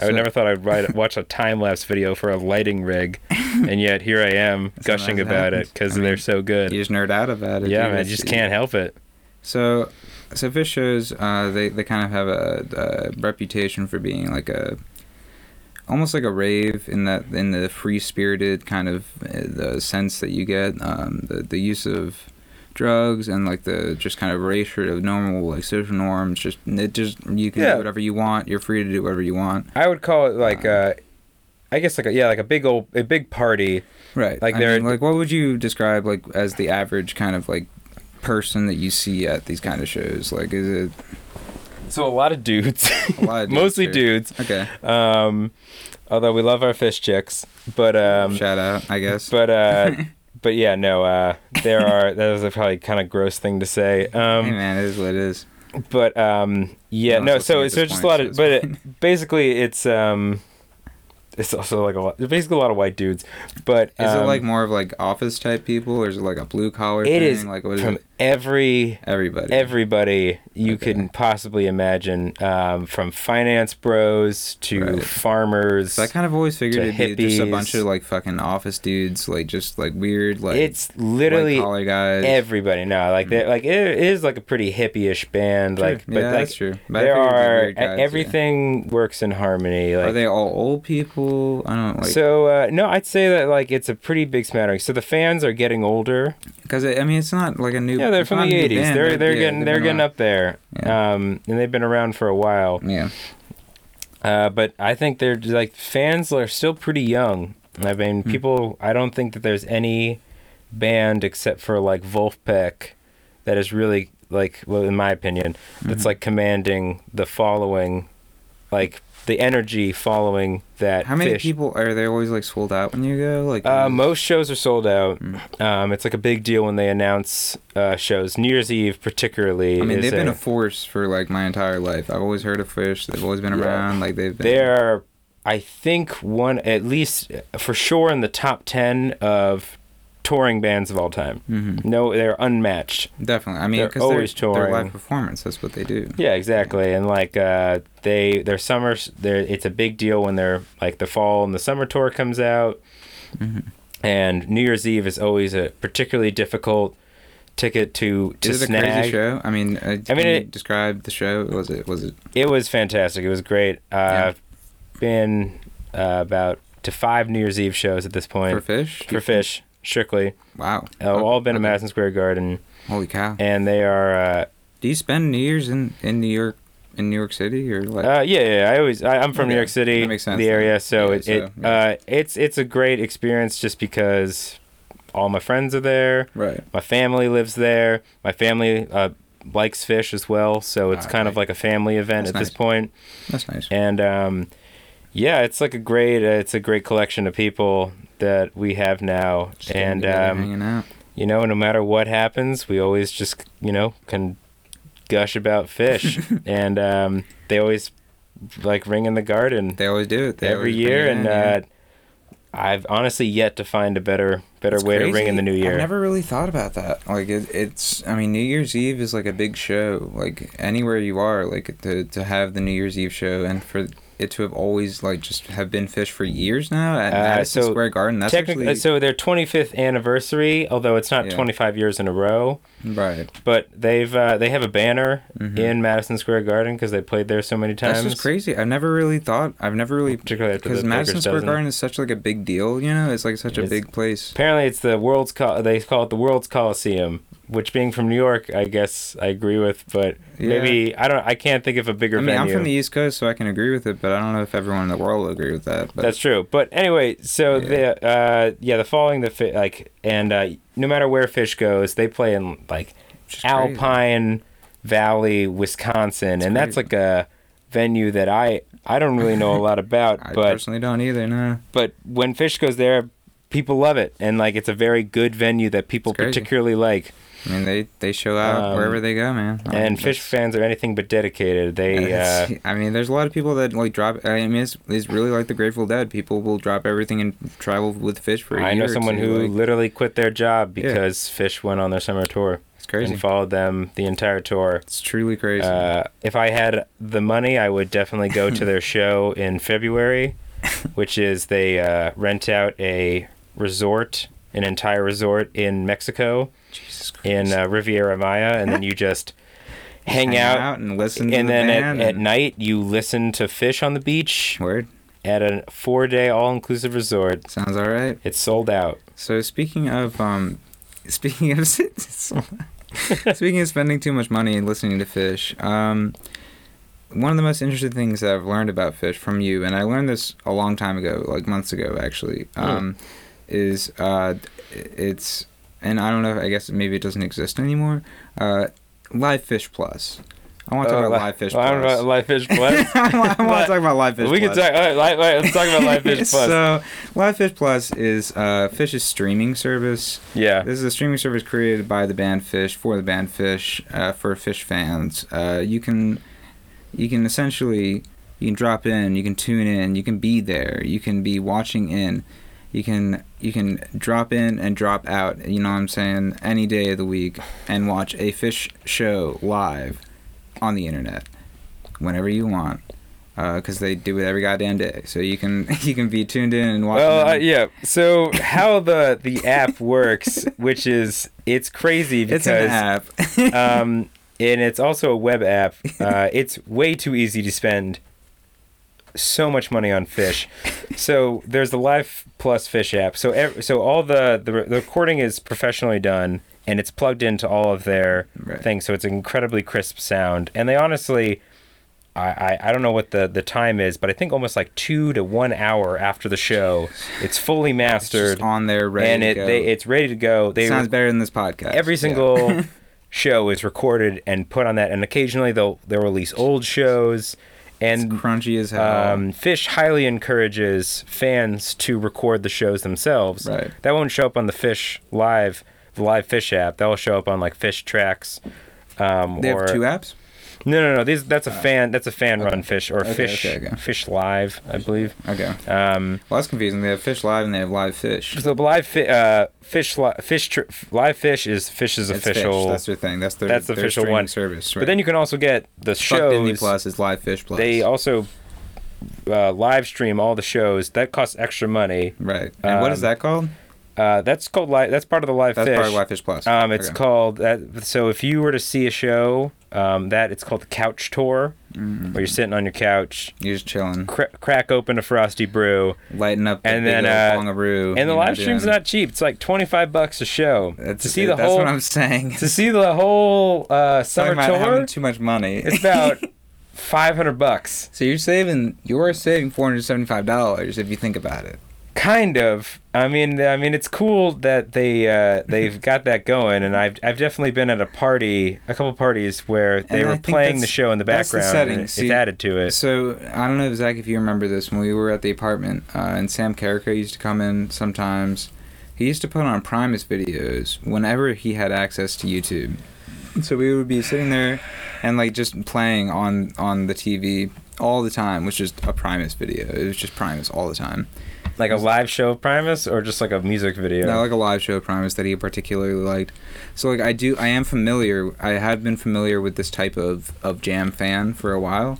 Speaker 2: I would
Speaker 1: So-
Speaker 2: never thought I'd write, watch a time-lapse video for a lighting rig and yet here I am
Speaker 1: Sometimes
Speaker 2: gushing
Speaker 1: it
Speaker 2: about
Speaker 1: happens.
Speaker 2: it cuz
Speaker 1: I
Speaker 2: they're
Speaker 1: mean,
Speaker 2: so good.
Speaker 1: you just nerd out about it.
Speaker 2: yeah,
Speaker 1: dude.
Speaker 2: man, I
Speaker 1: It's-
Speaker 2: just can't help it.
Speaker 1: So, so fish shows, uh, they they kind of have a, a reputation for being like a almost like a rave in that in the free spirited kind of uh, the sense that you get um, the the use of drugs and like the just kind of erasure of normal like social norms just it just you can
Speaker 2: Yeah.
Speaker 1: do whatever you want you're free to do whatever you want
Speaker 2: I would call it like
Speaker 1: Um,
Speaker 2: uh, I guess like a, yeah, like a big old a big party.
Speaker 1: Right.
Speaker 2: Like
Speaker 1: I
Speaker 2: they're-
Speaker 1: mean, like what would you describe like as the average kind of like person that you see at these kind of shows? Like is it
Speaker 2: So a lot of dudes,
Speaker 1: a lot of dudes
Speaker 2: mostly
Speaker 1: or-
Speaker 2: dudes.
Speaker 1: Okay.
Speaker 2: Um, although we love our fish chicks, but um,
Speaker 1: Shout out, I guess.
Speaker 2: but uh, but yeah, no, uh, there are that was a probably kind of gross thing to say.
Speaker 1: hey
Speaker 2: Um,
Speaker 1: man, it is what it is.
Speaker 2: but um, yeah,
Speaker 1: No one's
Speaker 2: no. So
Speaker 1: listening at
Speaker 2: so
Speaker 1: this
Speaker 2: just a
Speaker 1: point,
Speaker 2: lot
Speaker 1: so
Speaker 2: of
Speaker 1: it's
Speaker 2: but it, basically it's um, it's also like a lot. Basically a lot of white dudes, but
Speaker 1: Is it
Speaker 2: um,
Speaker 1: like more of like office type people or is it like a blue collar
Speaker 2: it
Speaker 1: thing?
Speaker 2: is
Speaker 1: like what is
Speaker 2: from
Speaker 1: it?
Speaker 2: every
Speaker 1: Everybody.
Speaker 2: everybody you
Speaker 1: Okay.
Speaker 2: can possibly imagine, um, from finance bros to
Speaker 1: Right.
Speaker 2: farmers.
Speaker 1: so I kind of always figured
Speaker 2: to
Speaker 1: it'd be just a
Speaker 2: hippies.
Speaker 1: bunch of like fucking office dudes, like just like weird, like
Speaker 2: it's literally
Speaker 1: collar guys.
Speaker 2: everybody now. Like they like it is like a pretty hippie-ish band.
Speaker 1: True.
Speaker 2: Like, but
Speaker 1: yeah,
Speaker 2: like
Speaker 1: that's true. But I
Speaker 2: there
Speaker 1: figured it'd be
Speaker 2: are e,
Speaker 1: weird guys, yeah.
Speaker 2: everything works in harmony. Like
Speaker 1: Are they all old people? I don't like.
Speaker 2: so, uh, no, I'd say that like it's a pretty big smattering. So the fans are getting older.
Speaker 1: Because I mean, it's not like a new.
Speaker 2: Yeah, they're
Speaker 1: it's
Speaker 2: from
Speaker 1: not
Speaker 2: the
Speaker 1: a new
Speaker 2: '80s.
Speaker 1: band.
Speaker 2: They're they're
Speaker 1: yeah,
Speaker 2: getting
Speaker 1: they've
Speaker 2: they're
Speaker 1: been
Speaker 2: getting
Speaker 1: around-
Speaker 2: up there,
Speaker 1: Yeah.
Speaker 2: um, and they've been around for a while.
Speaker 1: Yeah,
Speaker 2: Uh, but I think they're just, like fans are still pretty young. I mean,
Speaker 1: Hmm.
Speaker 2: people. I don't think that there's any band except for like Wolfpack that is really like, well, in my opinion,
Speaker 1: Hmm.
Speaker 2: that's like commanding the following, like the energy following that.
Speaker 1: how many
Speaker 2: Fish.
Speaker 1: people are they always like sold out when you go? Like
Speaker 2: Uh,
Speaker 1: is-
Speaker 2: most shows are sold out.
Speaker 1: Hmm.
Speaker 2: Um, it's like a big deal when they announce uh, shows. New Year's Eve, particularly.
Speaker 1: I mean,
Speaker 2: is
Speaker 1: they've been
Speaker 2: a-
Speaker 1: a force for like my entire life. I've always heard of Fish. They've always been
Speaker 2: Yeah.
Speaker 1: around. Like they've been.
Speaker 2: They are, I think, one at least for sure in the top ten of touring bands of all time.
Speaker 1: Mhm.
Speaker 2: No, they're unmatched.
Speaker 1: definitely. I mean,
Speaker 2: they're
Speaker 1: because
Speaker 2: always
Speaker 1: they're, they're
Speaker 2: touring.
Speaker 1: live performance. That's what they do.
Speaker 2: Yeah, exactly. And like uh, they, their summer, their it's a big deal when they're like the fall and the summer tour comes out.
Speaker 1: Mm-hmm.
Speaker 2: And New Year's Eve is always a particularly difficult ticket to to
Speaker 1: Is it a
Speaker 2: snag.
Speaker 1: crazy show? I mean, uh, can
Speaker 2: mean,
Speaker 1: you
Speaker 2: it-
Speaker 1: describe the show. Was it? Was it?
Speaker 2: It was fantastic. It was great. Uh,
Speaker 1: Yeah.
Speaker 2: I've been uh, about to five New Year's Eve shows at this point
Speaker 1: For fish?
Speaker 2: for fish strictly.
Speaker 1: Wow.
Speaker 2: Uh, all been
Speaker 1: Oh, Okay.
Speaker 2: at Madison Square Garden,
Speaker 1: Holy cow!
Speaker 2: and they are. Uh,
Speaker 1: Do you spend New Year's in in New York, in New York City, or like?
Speaker 2: uh, yeah, yeah. I always. I, I'm from New
Speaker 1: Okay,
Speaker 2: York City,
Speaker 1: that makes sense
Speaker 2: the
Speaker 1: then.
Speaker 2: area. So
Speaker 1: Yeah,
Speaker 2: it.
Speaker 1: so,
Speaker 2: it
Speaker 1: yeah.
Speaker 2: uh, it's it's a great experience just because all my friends are there.
Speaker 1: right.
Speaker 2: My family lives there. My family uh, likes fish as well, so it's
Speaker 1: Ah,
Speaker 2: kind of
Speaker 1: right.
Speaker 2: like a family event
Speaker 1: That's
Speaker 2: at this
Speaker 1: nice.
Speaker 2: point.
Speaker 1: That's nice.
Speaker 2: And um, yeah, it's like a great. Uh, it's a great collection of people that we have now,
Speaker 1: Just getting
Speaker 2: and
Speaker 1: together,
Speaker 2: um,
Speaker 1: hanging out.
Speaker 2: you know, no matter what happens, we always just, you know, can gush about fish. and um, they always like ring in the garden
Speaker 1: They always do it they
Speaker 2: every
Speaker 1: always bring
Speaker 2: year.
Speaker 1: it in,
Speaker 2: And
Speaker 1: yeah.
Speaker 2: uh, I've honestly yet to find a better better
Speaker 1: It's
Speaker 2: way to ring
Speaker 1: crazy.
Speaker 2: in the new year.
Speaker 1: I've never really thought about that. Like it, it's, I mean, New Year's Eve is like a big show. Like anywhere you are, like to to have the New Year's Eve show and for it to have always like just have been fish for years now at
Speaker 2: Uh,
Speaker 1: Madison
Speaker 2: so
Speaker 1: Square Garden. That's
Speaker 2: Technically,
Speaker 1: actually
Speaker 2: so their 25th anniversary, although it's not
Speaker 1: Yeah.
Speaker 2: 25 years in a row,
Speaker 1: right.
Speaker 2: but they've uh, they have a banner in Madison Square Garden because they played there so many times.
Speaker 1: Mm-hmm. That's just crazy. I've never really thought. I've never really
Speaker 2: Particularly after
Speaker 1: because
Speaker 2: the
Speaker 1: Madison
Speaker 2: Lakers
Speaker 1: Square
Speaker 2: dozen.
Speaker 1: Garden is such like a big deal. You know, it's like such a
Speaker 2: It's-
Speaker 1: big place.
Speaker 2: Apparently, it's the world's Col- they call it the world's Coliseum, which being from New York, I guess I agree with, but
Speaker 1: Yeah.
Speaker 2: maybe I don't. I can't think of a bigger
Speaker 1: I mean,
Speaker 2: venue.
Speaker 1: I'm from the East Coast, so I can agree with it, but I don't know if everyone in the world will agree with that. But
Speaker 2: That's true. But anyway, so
Speaker 1: Yeah.
Speaker 2: the uh, yeah, the following the fi- like, and uh, no matter where fish goes, they play in like
Speaker 1: just crazy.
Speaker 2: Alpine Valley, Wisconsin, and that's
Speaker 1: crazy.
Speaker 2: like a venue that I I don't really know a lot about,
Speaker 1: I
Speaker 2: but
Speaker 1: personally don't either. No,
Speaker 2: but when fish goes there, people love it, and like it's a very good venue that people
Speaker 1: It's crazy.
Speaker 2: particularly like.
Speaker 1: I mean they they show out
Speaker 2: Um,
Speaker 1: wherever they go, man. I mean,
Speaker 2: and fish fans are anything but dedicated. They uh,
Speaker 1: Oh, that's- I mean, there's a lot of people that like drop. I mean, it's, it's really like the Grateful Dead. People will drop everything and travel with fish for. a
Speaker 2: I know
Speaker 1: year or
Speaker 2: someone
Speaker 1: two,
Speaker 2: who
Speaker 1: like,
Speaker 2: literally quit their job
Speaker 1: Yeah.
Speaker 2: because fish went on their summer tour
Speaker 1: it's crazy.
Speaker 2: and followed them the entire tour.
Speaker 1: It's truly crazy.
Speaker 2: Uh, if I had the money, I would definitely go to their show in February, which is they uh, rent out a resort, an entire resort in Mexico,
Speaker 1: Jesus Christ.
Speaker 2: in uh, Riviera Maya, and then you just hang, out.
Speaker 1: and listen. to
Speaker 2: And
Speaker 1: the
Speaker 2: then at,
Speaker 1: band
Speaker 2: at
Speaker 1: and-
Speaker 2: night, you listen to fish on the beach
Speaker 1: word
Speaker 2: at a four day all inclusive resort.
Speaker 1: sounds all right.
Speaker 2: It's sold out.
Speaker 1: So speaking of um, speaking of speaking of spending too much money and listening to fish, um, one of the most interesting things that I've learned about fish from you, and I learned this a long time ago, like months ago actually,
Speaker 2: Hmm.
Speaker 1: um, is uh, it's and I don't know, I guess maybe it doesn't exist anymore. Uh, live fish plus. I want to talk
Speaker 2: Uh,
Speaker 1: about
Speaker 2: li-
Speaker 1: live fish
Speaker 2: I
Speaker 1: plus.
Speaker 2: don't know about live fish plus.
Speaker 1: I want to talk about live fish.
Speaker 2: we
Speaker 1: plus.
Speaker 2: can talk. All right, li- li- let's talk about live fish plus.
Speaker 1: so, Live Fish Plus is uh, Fish's streaming service.
Speaker 2: yeah.
Speaker 1: This is a streaming service created by the band Fish for the band Fish uh, for Fish fans. Uh, you can you can essentially you can drop in, you can tune in, you can be there, you can be watching in, you can you can drop in and drop out. You know what I'm saying? Any day of the week and watch a Fish show live on the internet whenever you want. Because they do it every goddamn day, so you can you can be tuned in and watching.
Speaker 2: Well,
Speaker 1: them.
Speaker 2: uh, yeah. So how the the app works, which is it's crazy
Speaker 1: it's an
Speaker 2: because
Speaker 1: app.
Speaker 2: um, and it's also a web app. Uh, it's way too easy to spend so much money on fish. So there's the Live Plus Fish app. So ev- so all the the, re- the recording is professionally done and it's plugged into all of their
Speaker 1: Right.
Speaker 2: things. So it's an incredibly crisp sound. And they honestly. I, I, I don't know what the, the time is, but I think almost like two to one hour after the show, it's fully mastered
Speaker 1: Just on there, ready
Speaker 2: and
Speaker 1: to
Speaker 2: it
Speaker 1: go.
Speaker 2: they, it's ready to go. They
Speaker 1: sounds better than this podcast.
Speaker 2: every
Speaker 1: Yeah.
Speaker 2: single show is recorded and put on that and occasionally they'll they'll release old shows
Speaker 1: It's
Speaker 2: and
Speaker 1: crunchy as hell.
Speaker 2: um, fish highly encourages fans to record the shows themselves
Speaker 1: Right.
Speaker 2: that won't show up on the fish live the live fish app that'll show up on like fish tracks um,
Speaker 1: they
Speaker 2: or
Speaker 1: have two apps.
Speaker 2: no no no these that's a fan that's a fan run fish or
Speaker 1: Okay,
Speaker 2: fish
Speaker 1: okay, okay.
Speaker 2: fish live i believe
Speaker 1: Okay,
Speaker 2: um,
Speaker 1: well that's confusing. They have fish live and they have live fish.
Speaker 2: so the live fi- uh, fish li- fish tr- live fish is fish's
Speaker 1: It's
Speaker 2: official
Speaker 1: Fish. That's their thing. That's their
Speaker 2: that's the
Speaker 1: their
Speaker 2: official
Speaker 1: streaming
Speaker 2: one.
Speaker 1: service. Right?
Speaker 2: But then you can also get the
Speaker 1: Fuck Disney
Speaker 2: shows.
Speaker 1: Plus is live fish plus.
Speaker 2: They also uh, live stream all the shows. That costs extra money.
Speaker 1: right. And what is
Speaker 2: um,
Speaker 1: that called?
Speaker 2: Uh, that's called live. That's part of the live
Speaker 1: That's
Speaker 2: fish.
Speaker 1: part of live fish plus.
Speaker 2: Um, it's
Speaker 1: Okay.
Speaker 2: called that. So if you were to see a show, um, that it's called the couch tour,
Speaker 1: Mm-hmm.
Speaker 2: where you're sitting on your couch,
Speaker 1: You're just chilling,
Speaker 2: cra- crack open a frosty brew,
Speaker 1: lighting up, the
Speaker 2: and
Speaker 1: big
Speaker 2: then,
Speaker 1: old
Speaker 2: uh,
Speaker 1: Pongaroo,
Speaker 2: and the
Speaker 1: you know,
Speaker 2: live stream's
Speaker 1: doing-
Speaker 2: not cheap. It's like twenty five bucks a show
Speaker 1: That's,
Speaker 2: to see the
Speaker 1: that's
Speaker 2: whole
Speaker 1: what I'm saying.
Speaker 2: to see the whole uh,
Speaker 1: Talking
Speaker 2: summer
Speaker 1: about having
Speaker 2: tour.
Speaker 1: too much money.
Speaker 2: It's about five hundred bucks.
Speaker 1: so you're saving. You are saving four hundred seventy-five dollars if you think about it.
Speaker 2: kind of i mean i mean it's cool that they uh they've got that going and i've i've definitely been at a party a couple parties where they
Speaker 1: And I
Speaker 2: were
Speaker 1: think
Speaker 2: playing the
Speaker 1: that's-
Speaker 2: show in the
Speaker 1: that's the
Speaker 2: background
Speaker 1: setting,
Speaker 2: and it-
Speaker 1: see.
Speaker 2: it's added to it
Speaker 1: So I don't know, Zach, if you remember this when we were at the apartment, uh, and Sam Carrico used to come in sometimes. He used to put on Primus videos whenever he had access to YouTube. So we would be sitting there and like just playing on on the TV all the time, which is a Primus video. It was just Primus all the time.
Speaker 2: like a live show of primus or just like a music video
Speaker 1: Not like a live show of Primus that he particularly liked. So like I do, I am familiar. I have been familiar with this type of of jam fan for a while,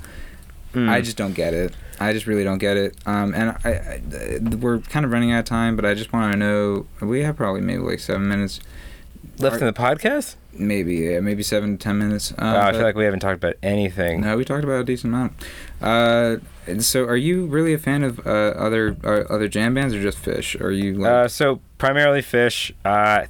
Speaker 2: Hmm.
Speaker 1: I just don't get it. I just really don't get it. Um, and I, I, th- we're kind of running out of time, but I just want to know. We have probably maybe like seven minutes,
Speaker 2: left in the podcast.
Speaker 1: maybe yeah, maybe seven to ten minutes. Um,
Speaker 2: wow, Ah, I
Speaker 1: but-
Speaker 2: feel like we haven't talked about anything. Uh,
Speaker 1: no, we talked about a decent amount. Uh, and so, are you really a fan of uh, other uh, other jam bands or just Fish? Are you like
Speaker 2: Uh, so primarily fish. Uh,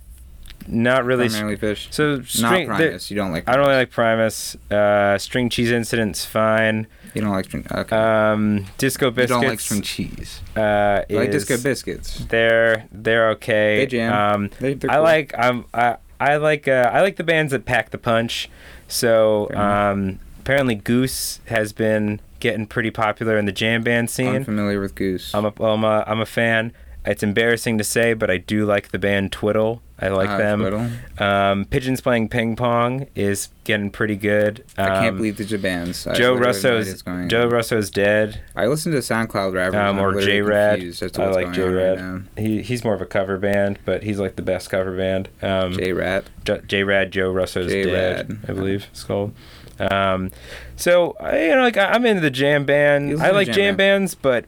Speaker 2: not really. s-
Speaker 1: primarily Fish?
Speaker 2: so string.
Speaker 1: Not
Speaker 2: there-
Speaker 1: Primus. you don't like.
Speaker 2: I don't really like Primus. Uh, string cheese incident's fine.
Speaker 1: You don't like string. Okay.
Speaker 2: Um, disco
Speaker 1: you
Speaker 2: biscuits.
Speaker 1: don't like string cheese.
Speaker 2: Uh,
Speaker 1: You like
Speaker 2: is-
Speaker 1: disco biscuits.
Speaker 2: They're they're okay.
Speaker 1: They jam.
Speaker 2: Um,
Speaker 1: They- they're
Speaker 2: I
Speaker 1: cool.
Speaker 2: like um I I like uh, I like the bands that pack the punch. So
Speaker 1: Fair enough.
Speaker 2: um, apparently Goose has been getting pretty popular in the jam band
Speaker 1: I'm
Speaker 2: scene.
Speaker 1: familiar with Goose.
Speaker 2: I'm a, I'm a I'm a fan. It's embarrassing to say, but I do like the band Twiddle. I like
Speaker 1: Uh,
Speaker 2: them.
Speaker 1: Twiddle.
Speaker 2: Um, Pigeons playing ping pong is getting pretty good. Um,
Speaker 1: I can't believe the Jabans. I literally have no
Speaker 2: Joe
Speaker 1: idea
Speaker 2: Russo's
Speaker 1: what's going
Speaker 2: Joe
Speaker 1: on.
Speaker 2: Russo's dead.
Speaker 1: I listen to SoundCloud rappers.
Speaker 2: um,
Speaker 1: and I'm
Speaker 2: or
Speaker 1: literally
Speaker 2: J Rad.
Speaker 1: confused as to
Speaker 2: I
Speaker 1: what's
Speaker 2: like J
Speaker 1: going on
Speaker 2: Rad.
Speaker 1: right
Speaker 2: he he's more of a cover band, but he's like the best cover band. Um,
Speaker 1: now. J Rad.
Speaker 2: J Rad Joe Russo's
Speaker 1: J-Rad.
Speaker 2: dead, I believe it's called. Um, so I, you know, like I- I'm into the jam
Speaker 1: You
Speaker 2: band.
Speaker 1: listen
Speaker 2: I
Speaker 1: to
Speaker 2: like
Speaker 1: jam
Speaker 2: jam,
Speaker 1: band.
Speaker 2: bands, but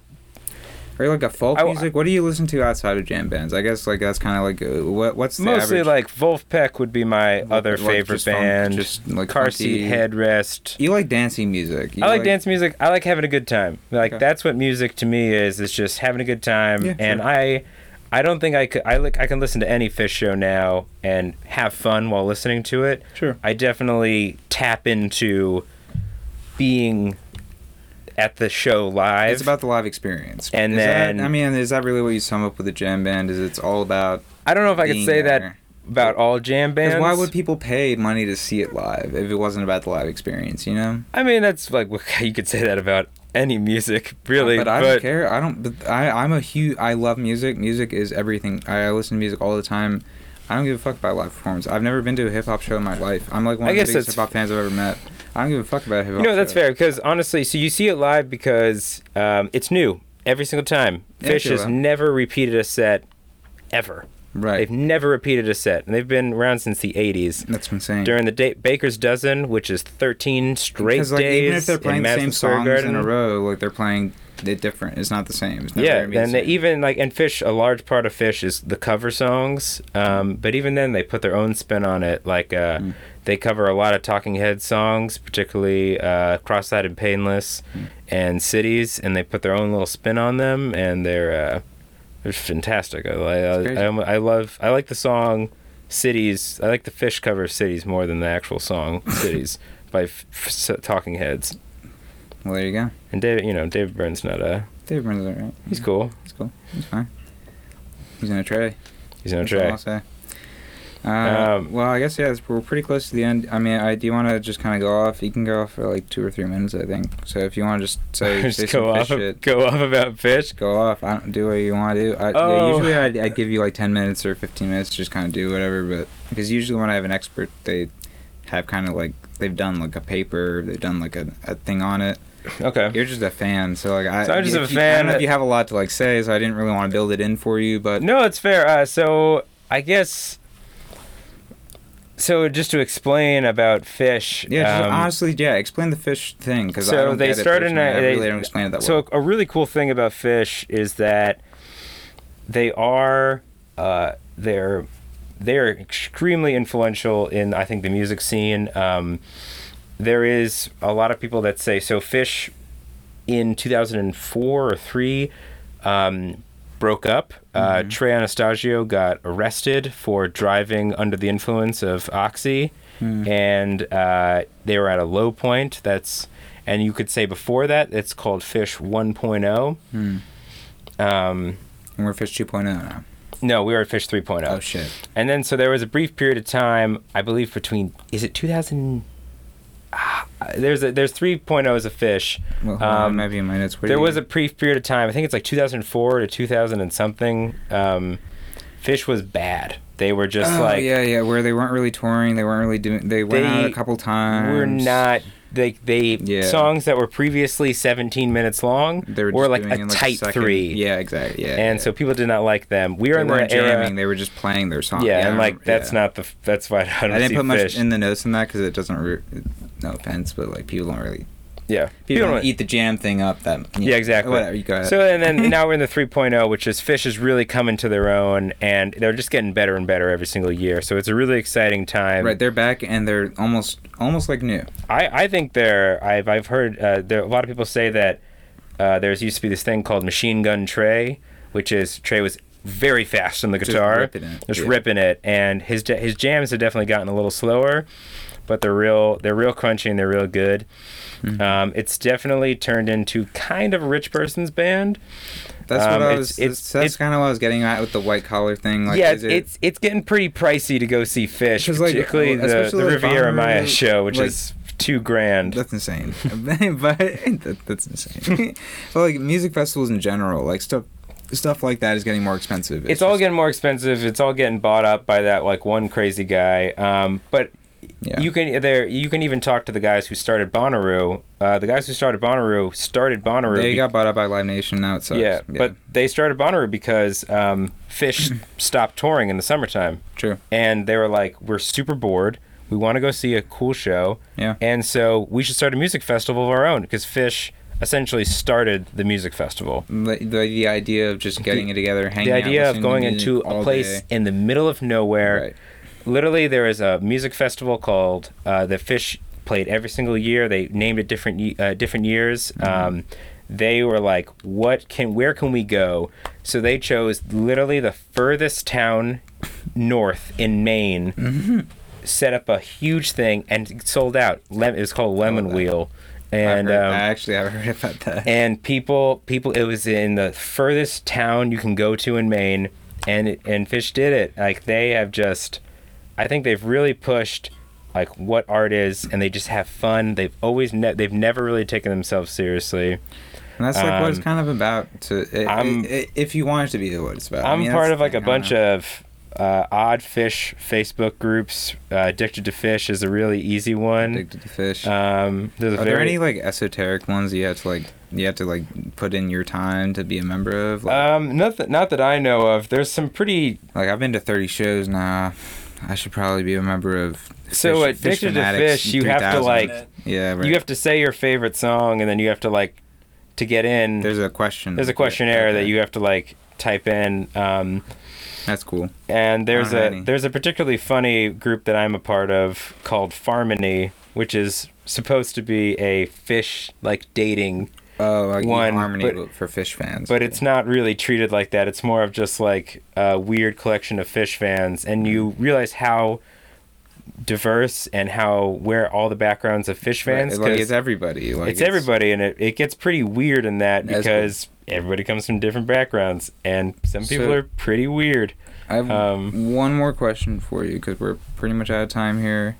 Speaker 1: Are you like a folk
Speaker 2: I-
Speaker 1: music? What do you listen to outside of jam bands? I guess like that's kind of like uh, what what's the
Speaker 2: mostly
Speaker 1: average?
Speaker 2: like Wolfpack would be my other
Speaker 1: like,
Speaker 2: favorite
Speaker 1: just funk,
Speaker 2: band.
Speaker 1: just, like,
Speaker 2: car seat
Speaker 1: funky-
Speaker 2: headrest.
Speaker 1: you like dancing music. You
Speaker 2: I like, dance music. I like having a good time. Like
Speaker 1: Okay.
Speaker 2: that's what music to me is. Is just having a good time.
Speaker 1: Yeah,
Speaker 2: and
Speaker 1: sure.
Speaker 2: I, I don't think I could. I like. I can listen to any fish show now and have fun while listening to it.
Speaker 1: Sure.
Speaker 2: I definitely tap into being at the show live.
Speaker 1: It's about the live experience.
Speaker 2: And
Speaker 1: Is that-
Speaker 2: then-
Speaker 1: I mean, is that really what you sum up with a jam band? Is it's all about?
Speaker 2: I don't know if I could
Speaker 1: being
Speaker 2: say that
Speaker 1: there.
Speaker 2: about all jam bands.
Speaker 1: Because why would people pay money to see it live if it wasn't about the live experience? You know.
Speaker 2: I mean, that's like you could say that about any music, really.
Speaker 1: but I don't care. I don't. But I, I'm a huge. I love music. Music is everything. I, I listen to music all the time. I don't give a fuck about live performance. I've never been to a hip hop show in my life. I'm like one
Speaker 2: I
Speaker 1: of the
Speaker 2: guess
Speaker 1: biggest hip
Speaker 2: that's-
Speaker 1: hop fans I've ever met. I don't give a fuck about hip hop.
Speaker 2: You know, that's fair because honestly, so you see it live because um, it's new every single time.
Speaker 1: Yeah,
Speaker 2: Fish
Speaker 1: sure.
Speaker 2: has never repeated a set ever.
Speaker 1: Right.
Speaker 2: They've never repeated a set, and they've been around since the '80s.
Speaker 1: That's insane.
Speaker 2: During the day, Baker's Dozen, which is 13 straight
Speaker 1: because like
Speaker 2: days
Speaker 1: even if they're
Speaker 2: in
Speaker 1: playing the same
Speaker 2: Madison Square
Speaker 1: songs
Speaker 2: Garden,
Speaker 1: in a row, like they're playing it different. It's not the same. It's never
Speaker 2: yeah,
Speaker 1: gonna be the
Speaker 2: and they
Speaker 1: same.
Speaker 2: even like and Fish, a large part of Fish is the cover songs. Um, but even then, they put their own spin on it. Like uh, they cover a lot of Talking Head songs, particularly uh, "Cross-Eyed and Painless" and "Cities," and they put their own little spin on them, and they're uh, they're fantastic. I,
Speaker 1: crazy.
Speaker 2: I, I, I love I like the song "Cities." I like the Fish cover of "Cities" more than the actual song "Cities" by F- F- Talking Heads.
Speaker 1: well, there you go.
Speaker 2: And David, you know, David Byrne's not a
Speaker 1: Dave Brennan's all right.
Speaker 2: he's cool.
Speaker 1: He's cool. He's fine. He's in a tray.
Speaker 2: He's no
Speaker 1: That's all
Speaker 2: track.
Speaker 1: I'll say. Uh,
Speaker 2: Um,
Speaker 1: well, I guess yeah, it's- we're pretty close to the end. I mean, I do want to just kind of go off. You can go off for like two or three minutes, I think. So if you want to just say, say
Speaker 2: just
Speaker 1: some
Speaker 2: go
Speaker 1: fish
Speaker 2: off,
Speaker 1: shit,
Speaker 2: go off about fish.
Speaker 1: go off. I don't do what you want to do. I, yeah,
Speaker 2: Oh.
Speaker 1: usually I I give you like ten minutes or fifteen minutes to just kind of do whatever, but because usually when I have an expert, they have kind of like they've done like a paper, they've done like a, a thing on it.
Speaker 2: Okay.
Speaker 1: You're just a fan, so like I,
Speaker 2: So I'm just
Speaker 1: if
Speaker 2: a
Speaker 1: you- I don't
Speaker 2: fan.
Speaker 1: know if you have a lot to like say, so I didn't really want to build it in for you, but
Speaker 2: No, it's fair. Uh, so I guess. So just to explain about fish.
Speaker 1: Yeah, just
Speaker 2: um,
Speaker 1: honestly, yeah. Explain the fish thing because I
Speaker 2: so
Speaker 1: don't
Speaker 2: they
Speaker 1: get it
Speaker 2: started in a-
Speaker 1: personally. I
Speaker 2: they-
Speaker 1: really don't explain it that
Speaker 2: so
Speaker 1: well.
Speaker 2: a really cool thing about fish is that they are uh, they're they're extremely influential in I think the music scene. Um, there is a lot of people that say so. Fish in 2004 or three um, broke up. Uh, Trey Anastasio got arrested for driving under the influence of oxy, and uh, they were at a low point. That's and you could say before that it's called Fish 1.0.
Speaker 1: Hmm.
Speaker 2: Um,
Speaker 1: And we're fish 2.0 now.
Speaker 2: no, we were at Fish 3.0.
Speaker 1: Oh shit.
Speaker 2: And then, so there was a brief period of time, I believe, between is it 2000? Ah, There's a, there's 3.0s of fish.
Speaker 1: Well, hold on,
Speaker 2: Um,
Speaker 1: maybe in my notes. What do
Speaker 2: there
Speaker 1: you-
Speaker 2: was a brief period of time. I think it's like 2004 to 2000 and something. Um, fish was bad. They were just
Speaker 1: Oh,
Speaker 2: like
Speaker 1: yeah, yeah, where they weren't really touring, they weren't really doing. They went out a
Speaker 2: They
Speaker 1: couple times.
Speaker 2: were not. They they
Speaker 1: Yeah.
Speaker 2: songs that were previously 17 minutes long
Speaker 1: They were,
Speaker 2: were,
Speaker 1: just
Speaker 2: like
Speaker 1: doing
Speaker 2: a
Speaker 1: it in,
Speaker 2: tight
Speaker 1: second-
Speaker 2: three.
Speaker 1: Yeah, exactly. Yeah.
Speaker 2: And
Speaker 1: yeah.
Speaker 2: so people did not like them. We were
Speaker 1: they
Speaker 2: in the
Speaker 1: weren't
Speaker 2: era.
Speaker 1: jamming. They were just playing their song.
Speaker 2: yeah, and
Speaker 1: I
Speaker 2: like
Speaker 1: remember-
Speaker 2: that's
Speaker 1: yeah.
Speaker 2: not the. f- That's why I don't
Speaker 1: I
Speaker 2: see
Speaker 1: didn't put much
Speaker 2: fish.
Speaker 1: in the notes in that because it doesn't. Re- no offense, but like people don't really
Speaker 2: Yeah.
Speaker 1: People
Speaker 2: don't
Speaker 1: don't eat the jam thing up. That
Speaker 2: Yeah, exactly.
Speaker 1: Whatever you go ahead.
Speaker 2: So and then now we're in the 3.0, which is fish is really coming to their own, and they're just getting better and better every single year. So it's a really exciting time.
Speaker 1: right, they're back and they're almost almost like new.
Speaker 2: I, I think there. I've I've heard uh, there a lot of people say that uh, there's used to be this thing called machine gun Trey, which is Trey was very fast on the guitar,
Speaker 1: ripping it,
Speaker 2: just
Speaker 1: yeah.
Speaker 2: ripping it, and his ja- his jams have definitely gotten a little slower, but they're real they're real crunchy and they're real good.
Speaker 1: Mm-hmm.
Speaker 2: Um, it's definitely turned into kind of a rich person's band.
Speaker 1: That's what
Speaker 2: Um,
Speaker 1: I
Speaker 2: it's-
Speaker 1: was.
Speaker 2: it's-
Speaker 1: that's
Speaker 2: it's-
Speaker 1: kind of what I was getting at with the white collar thing. Like,
Speaker 2: yeah,
Speaker 1: is
Speaker 2: it's,
Speaker 1: it,
Speaker 2: it's it's getting pretty pricey to go see Fish,
Speaker 1: 'Cause, like,
Speaker 2: particularly
Speaker 1: well,
Speaker 2: the,
Speaker 1: especially,
Speaker 2: the
Speaker 1: like,
Speaker 2: Riviera Maya
Speaker 1: Bonnaroo,
Speaker 2: show, which
Speaker 1: like-
Speaker 2: is two grand.
Speaker 1: that's insane. but that, that's insane. but like music festivals in general, like stuff stuff like that is getting more expensive.
Speaker 2: it's all
Speaker 1: just-
Speaker 2: getting more expensive. It's all getting bought up by that like one crazy guy. Um, but
Speaker 1: Yeah.
Speaker 2: you can there you can even talk to the guys who started Bonnaroo. Uh, the guys who started Bonnaroo started Bonnaroo.
Speaker 1: They
Speaker 2: be-
Speaker 1: got bought up by Live Nation. Now it sucks.
Speaker 2: yeah, but they started Bonnaroo because um, Fish stopped touring in the summertime,
Speaker 1: true.
Speaker 2: and they were like, "We're super bored. We want to go see a cool show."
Speaker 1: Yeah.
Speaker 2: And so we should start a music festival of our own because Fish essentially started the music festival.
Speaker 1: The, the, the idea of just getting it together, hanging
Speaker 2: the
Speaker 1: out,
Speaker 2: idea of
Speaker 1: listening to
Speaker 2: going
Speaker 1: music
Speaker 2: into
Speaker 1: all
Speaker 2: a place
Speaker 1: day.
Speaker 2: in the middle of nowhere.
Speaker 1: Right.
Speaker 2: Literally, there is a music festival called uh, the Fish played every single year. They named it different ye- uh, different years.
Speaker 1: Mm-hmm.
Speaker 2: Um, they were like, "What can? Where can we go?" So they chose literally the furthest town north in Maine.
Speaker 1: Mm-hmm.
Speaker 2: Set up a huge thing and sold out. Lem- it was called Lemon
Speaker 1: out.
Speaker 2: Wheel,
Speaker 1: I've
Speaker 2: and
Speaker 1: heard-
Speaker 2: um,
Speaker 1: I actually have heard about that.
Speaker 2: and people people it was in the furthest town you can go to in Maine and it, and Fish did it like they have just I think they've really pushed like what art is and they just have fun they've always ne- they've never really taken themselves seriously
Speaker 1: And that's like what it's
Speaker 2: Um,
Speaker 1: kind of about. To i
Speaker 2: I'm-
Speaker 1: i i if you want it to be what it's about. I
Speaker 2: I'm
Speaker 1: mean,
Speaker 2: part
Speaker 1: that's
Speaker 2: of like
Speaker 1: the
Speaker 2: a
Speaker 1: thing, I don't
Speaker 2: bunch
Speaker 1: know.
Speaker 2: of uh, odd fish Facebook groups uh, addicted to fish is a really easy one
Speaker 1: addicted to fish.
Speaker 2: um there's a
Speaker 1: Are
Speaker 2: very,
Speaker 1: there any like esoteric ones you have to like you have to like put in your time to be a member of? Like,
Speaker 2: um not that not that I know of there's some pretty
Speaker 1: like, I've been to 30 shows now. I should probably be a member of.
Speaker 2: So
Speaker 1: Fish- Fish
Speaker 2: Addicted to
Speaker 1: Fanatics
Speaker 2: Fish, you have to,
Speaker 1: 3000.
Speaker 2: like-
Speaker 1: yeah. Right.
Speaker 2: you have to say your favorite song and then you have to like to get in
Speaker 1: There's a question.
Speaker 2: there's a questionnaire that you have to like type in um,
Speaker 1: That's cool.
Speaker 2: and there's a
Speaker 1: Alrighty.
Speaker 2: there's a particularly funny group that i'm a part of called farmony which is supposed to be a fish like dating
Speaker 1: Oh, like
Speaker 2: One,
Speaker 1: one, harmony
Speaker 2: but-
Speaker 1: but, for fish fans.
Speaker 2: but it's not really treated like that it's more of just like a weird collection of fish fans and you
Speaker 1: Mm.
Speaker 2: realize how diverse and how where all the backgrounds of fish
Speaker 1: Right,
Speaker 2: fans
Speaker 1: like
Speaker 2: 'cause-
Speaker 1: it's everybody. Like
Speaker 2: it's, everybody, and it, it gets pretty weird in that
Speaker 1: That's
Speaker 2: because everybody comes from different backgrounds, and some people
Speaker 1: So-
Speaker 2: are pretty weird.
Speaker 1: I have
Speaker 2: Um,
Speaker 1: one more question for you because we're pretty much out of time here.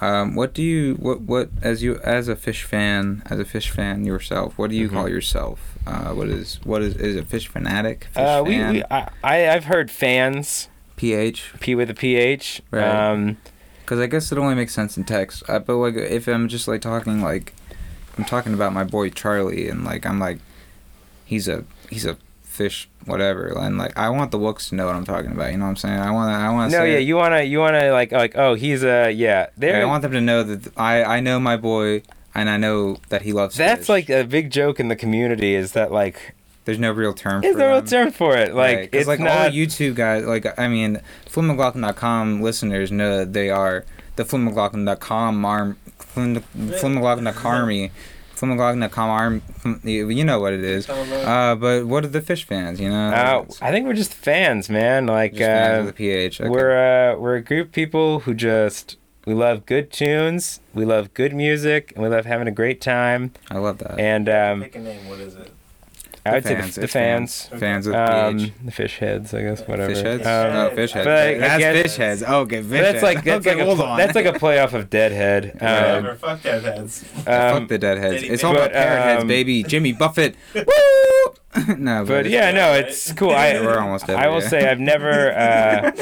Speaker 1: Um, what do you what what as you as a fish fan as a fish fan yourself? What do
Speaker 2: Mm-hmm.
Speaker 1: you call yourself? Uh, what is what is is it fish fanatic? Fish
Speaker 2: Uh, we,
Speaker 1: fan?
Speaker 2: we I, I I've heard fans
Speaker 1: ph
Speaker 2: p with a ph.
Speaker 1: Right.
Speaker 2: Um,
Speaker 1: because I guess it only makes sense in text. I, but like if I'm just like talking like I'm talking about my boy Charlie and like I'm like he's a he's a fish whatever and like I want the wooks to know what I'm talking about. You know what I'm saying? I want to I want to
Speaker 2: no, yeah, you wanna you wanna like like oh he's a yeah
Speaker 1: Like, I
Speaker 2: there.
Speaker 1: want them to know that th- I I know my boy and I know that he loves.
Speaker 2: That's
Speaker 1: fish.
Speaker 2: like a big joke in the community is that like
Speaker 1: there's no real term.
Speaker 2: is
Speaker 1: for
Speaker 2: there a
Speaker 1: them.
Speaker 2: term for it like
Speaker 1: Right, 'cause,
Speaker 2: it's
Speaker 1: like all
Speaker 2: not
Speaker 1: the YouTube guys. Like I mean, FlynnMcLaughlin.com listeners know that they are the FlynnMcLaughlin.com arm, Flynn- FlynnMcLaughlin.com army, FlynnMcLaughlin.com arm. You you know what it is. Uh, but what are the fish fans? You know,
Speaker 2: uh,
Speaker 1: It's
Speaker 2: I think we're just fans man like
Speaker 1: just fans
Speaker 2: uh,
Speaker 1: of the PH. okay.
Speaker 2: We're uh, we're a group of people who just we love good tunes, we love good music, and we love having a great time.
Speaker 1: I love that.
Speaker 2: And um,
Speaker 3: Pick a name. What is it?
Speaker 2: I would say
Speaker 1: Uh, fans,
Speaker 2: the, the
Speaker 1: it's
Speaker 2: fans,
Speaker 1: fans of the
Speaker 2: um,
Speaker 1: PH.
Speaker 2: the fish heads, I guess, whatever.
Speaker 1: Fish heads?
Speaker 2: Um,
Speaker 1: no, fish heads.
Speaker 2: but I- I
Speaker 1: that's
Speaker 2: guess-
Speaker 1: fish heads. Oh, Okay, fish
Speaker 2: but that's
Speaker 1: heads.
Speaker 2: like that's
Speaker 1: Okay,
Speaker 2: like a
Speaker 1: hold
Speaker 2: pl-
Speaker 1: on.
Speaker 2: that's like a playoff of Deadhead. Um,
Speaker 3: Whatever. Fuck that. That's.
Speaker 2: um,
Speaker 1: Fuck the deadheads.
Speaker 3: Diddy
Speaker 1: It's all
Speaker 2: Biddy.
Speaker 1: about parrot
Speaker 2: But,
Speaker 1: heads,
Speaker 2: um,
Speaker 1: baby. Jimmy Buffett. Woo! no,
Speaker 2: but yeah, no, it's cool. I
Speaker 1: we're almost. Over
Speaker 2: I will
Speaker 1: yeah.
Speaker 2: say I've never. Uh,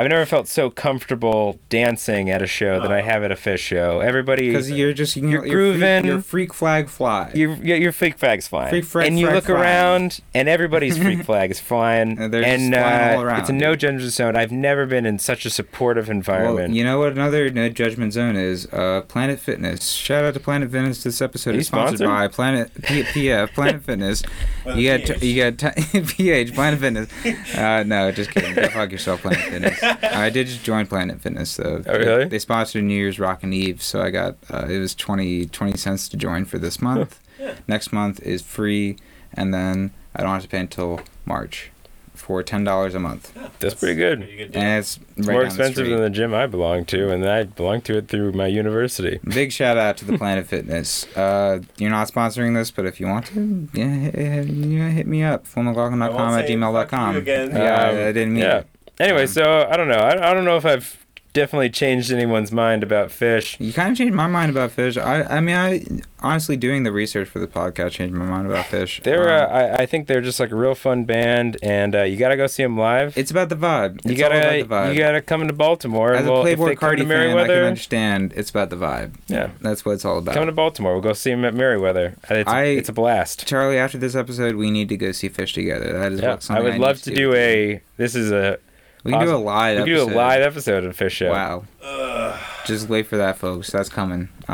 Speaker 2: I've never felt so comfortable dancing at a show than I have at a fish show. Everybody,
Speaker 1: Uh. Because you're just you can,
Speaker 2: You're
Speaker 1: your freak-
Speaker 2: grooving.
Speaker 1: Your freak flag fly.
Speaker 2: your your, your freak flags flying,
Speaker 1: Freak flag-
Speaker 2: and you
Speaker 1: flag
Speaker 2: look
Speaker 1: flying.
Speaker 2: around, and everybody's freak flag is flying,
Speaker 1: And
Speaker 2: and,
Speaker 1: they're just flying all
Speaker 2: uh,
Speaker 1: around,
Speaker 2: it's a no judgment zone. I've never been in such a supportive
Speaker 1: well,
Speaker 2: environment.
Speaker 1: you know what? Another no judgment zone is uh, Planet Fitness. Shout out to Planet Fitness. This episode
Speaker 2: Are
Speaker 1: is
Speaker 2: you
Speaker 1: sponsored
Speaker 2: sponsored?
Speaker 1: by Planet P- PF Planet Fitness.
Speaker 3: With a
Speaker 1: you got
Speaker 3: PH.
Speaker 1: t- you got t- PH Planet Fitness. Uh, no, just kidding. Go fuck yourself, Planet Fitness. I did just join Planet Fitness though.
Speaker 2: Oh, really?
Speaker 1: They, they sponsored New Year's Rockin' Eve, so I got uh, it was 20, 20 cents to join for this month.
Speaker 3: Yeah.
Speaker 1: Next month is free, and then I don't have to pay until March for ten dollars a month,
Speaker 3: Yeah,
Speaker 2: That's pretty good.
Speaker 3: deal.
Speaker 1: and it's
Speaker 2: it's
Speaker 1: right down
Speaker 2: more
Speaker 1: the
Speaker 2: expensive
Speaker 1: street.
Speaker 2: than the gym I belong to, and I belong to it through my university.
Speaker 1: Big shout out to the Planet Fitness. Uh, you're not sponsoring this, but if you want to, yeah, hit, yeah, hit me up.
Speaker 3: I
Speaker 1: FormalGlockin.com
Speaker 3: won't
Speaker 1: at
Speaker 3: say fuck
Speaker 1: gmail.com.
Speaker 3: you again.
Speaker 1: Yeah,
Speaker 2: Um,
Speaker 1: I didn't mean
Speaker 2: yeah.
Speaker 1: it.
Speaker 2: Anyway,
Speaker 1: Um,
Speaker 2: so I don't know. I, I don't know if I've definitely changed anyone's mind about fish.
Speaker 1: You kind of changed my mind about fish. I, I mean, I honestly doing the research for the podcast changed my mind about fish.
Speaker 2: They're,
Speaker 1: Um,
Speaker 2: uh, I, I think they're just like a real fun band, and uh, you gotta go see them live.
Speaker 1: it's about the vibe.
Speaker 2: you
Speaker 1: It's all
Speaker 2: gotta,
Speaker 1: about the vibe.
Speaker 2: you gotta come to Baltimore.
Speaker 1: As
Speaker 2: and we'll,
Speaker 1: a
Speaker 2: if
Speaker 1: Playboy
Speaker 2: they come
Speaker 1: Cardi
Speaker 2: to
Speaker 1: fan, I can
Speaker 2: Meriwether,
Speaker 1: understand it's about the vibe.
Speaker 2: yeah,
Speaker 1: That's what it's all about.
Speaker 2: come to Baltimore. We'll go see them at Meriwether. And It's,
Speaker 1: I-
Speaker 2: it's a blast.
Speaker 1: Charlie, after this episode, we need to go see fish together. That is
Speaker 2: Yeah,
Speaker 1: what,
Speaker 2: I
Speaker 1: something
Speaker 2: would love to do
Speaker 1: it.
Speaker 2: a. This is a.
Speaker 1: We can do a
Speaker 2: awesome- We
Speaker 1: live.
Speaker 2: could do
Speaker 1: episode.
Speaker 2: a live episode of Fish Show.
Speaker 1: Wow.
Speaker 3: Ugh.
Speaker 1: Just wait for that, folks. That's coming. Uh,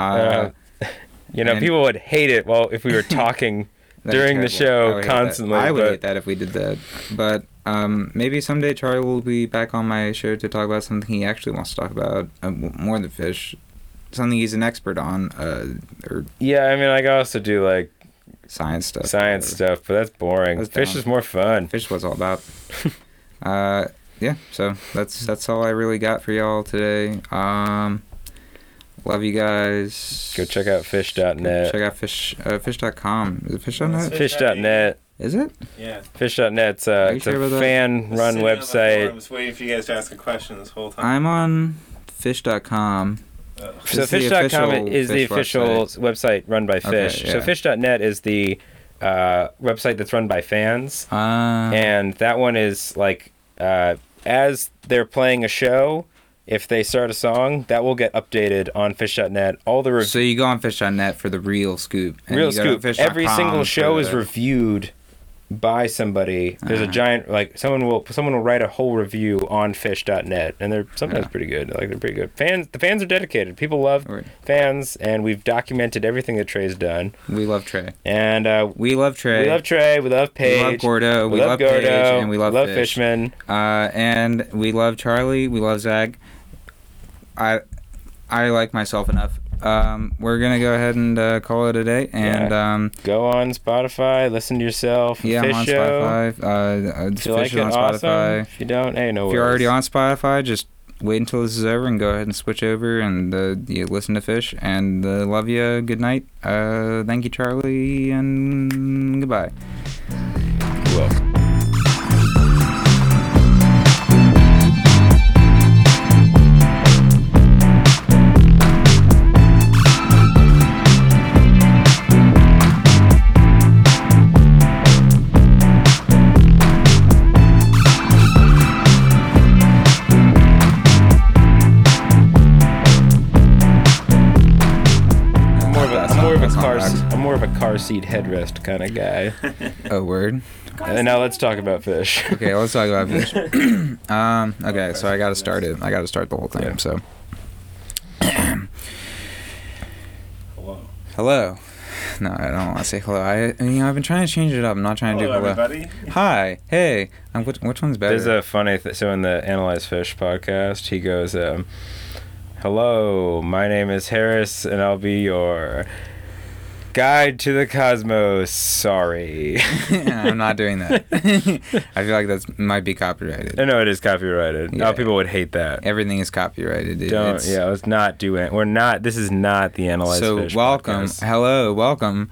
Speaker 2: Uh, you know,
Speaker 1: and-
Speaker 2: people would hate it. Well, if we were talking
Speaker 1: that'd be
Speaker 2: during the
Speaker 1: terrible.
Speaker 2: show
Speaker 1: I would hate that.
Speaker 2: constantly,
Speaker 1: I would
Speaker 2: but-
Speaker 1: hate that if we did that. But um, maybe someday Charlie will be back on my show to talk about something he actually wants to talk about uh, w- more than fish, something he's an expert on, uh, or
Speaker 2: yeah, I mean, I could also do like
Speaker 1: science stuff.
Speaker 2: science
Speaker 1: whatever.
Speaker 2: stuff, but that's boring.
Speaker 1: That's
Speaker 2: Fish
Speaker 1: dumb.
Speaker 2: is more fun.
Speaker 1: Fish was all about. uh, yeah. So that's that's all I really got for y'all today. Um, love you guys.
Speaker 2: Go check out fish.net.
Speaker 1: Check out fish uh, fish.com. Is it fish.net?
Speaker 2: Fish.net.
Speaker 1: Is it?
Speaker 3: Yeah.
Speaker 2: Fish.net's uh,
Speaker 1: Are you
Speaker 2: it's
Speaker 1: sure
Speaker 2: a
Speaker 1: about that?
Speaker 2: fan run
Speaker 3: Sitting on the floor, I'm
Speaker 2: website.
Speaker 3: just waiting for you guys to ask a question this whole time.
Speaker 1: I'm on fish.com.
Speaker 3: Ugh.
Speaker 2: So
Speaker 1: It's the
Speaker 2: fish.com
Speaker 1: official
Speaker 2: is the
Speaker 1: Fish
Speaker 2: official
Speaker 1: website.
Speaker 2: website. run by Fish.
Speaker 1: Okay,
Speaker 2: So
Speaker 1: yeah.
Speaker 2: fish.net is the uh, website that's run by fans.
Speaker 1: Uh,
Speaker 2: and that one is like uh, as they're playing a show, if they start a song, that will get updated on fish.net. All the reviews
Speaker 1: so you go on fish.net for the real scoop. and
Speaker 2: real
Speaker 1: you go to
Speaker 2: scoop. Every
Speaker 1: fish.com
Speaker 2: single
Speaker 1: for
Speaker 2: show is
Speaker 1: the-
Speaker 2: reviewed by somebody. There's a
Speaker 1: Uh-huh.
Speaker 2: giant like someone will someone will write a whole review on fish.net and they're sometimes
Speaker 1: Yeah.
Speaker 2: pretty good. Like they're pretty good. Fans the fans are dedicated. People love
Speaker 1: Right.
Speaker 2: fans and we've documented everything that Trey's done.
Speaker 1: We love Trey.
Speaker 2: And uh
Speaker 1: We love Trey.
Speaker 2: we love Trey, we love Paige.
Speaker 1: We love Gordo. We, love, Paige. And we love, Fish.
Speaker 2: Fishman.
Speaker 1: Uh, and we love Charlie. We love Zach. I I like myself enough. Um, we're going to go ahead and uh, call it a day. And um,
Speaker 2: Go on Spotify, listen to yourself.
Speaker 1: yeah,
Speaker 2: Fish
Speaker 1: I'm on
Speaker 2: show.
Speaker 1: Spotify. Uh, uh,
Speaker 2: If
Speaker 1: Fish
Speaker 2: you like
Speaker 1: is
Speaker 2: it,
Speaker 1: on
Speaker 2: awesome.
Speaker 1: Spotify.
Speaker 2: If you don't, hey, no
Speaker 1: If you're already
Speaker 2: worries.
Speaker 1: on Spotify, just wait until this is over and go ahead and switch over and uh, you listen to Fish. And uh, love you. Good night. Uh, thank you, Charlie, and goodbye.
Speaker 2: Well. I'm more of a, I'm more of a car se- I'm more of a car seat headrest kind of guy.
Speaker 1: Oh, word.
Speaker 2: And now let's talk about fish.
Speaker 1: Okay, let's talk about Fish. um, okay, so I got to start it. I got to start the whole thing.
Speaker 2: Yeah.
Speaker 1: So,
Speaker 3: Hello.
Speaker 1: hello. No, I don't want to say hello. I, you know, I've been trying to change it up. I'm not trying to
Speaker 3: Hello,
Speaker 1: do hello.
Speaker 3: everybody.
Speaker 1: Hi, hey. Um, which, which one's better?
Speaker 2: There's a funny th- so in the Analyze Fish podcast, he goes, um, "Hello, my name is Harris, and I'll be your guide to the cosmos." Sorry,
Speaker 1: I'm not doing that. I feel like that's might be copyrighted.
Speaker 2: no, no, it is copyrighted.
Speaker 1: Yeah.
Speaker 2: Oh, people would hate that.
Speaker 1: Everything is copyrighted. It-
Speaker 2: Don't,
Speaker 1: it's-
Speaker 2: yeah, let's not do it. We're not. This is not the Analyze
Speaker 1: So
Speaker 2: Fish.
Speaker 1: welcome,
Speaker 2: podcast.
Speaker 1: hello, welcome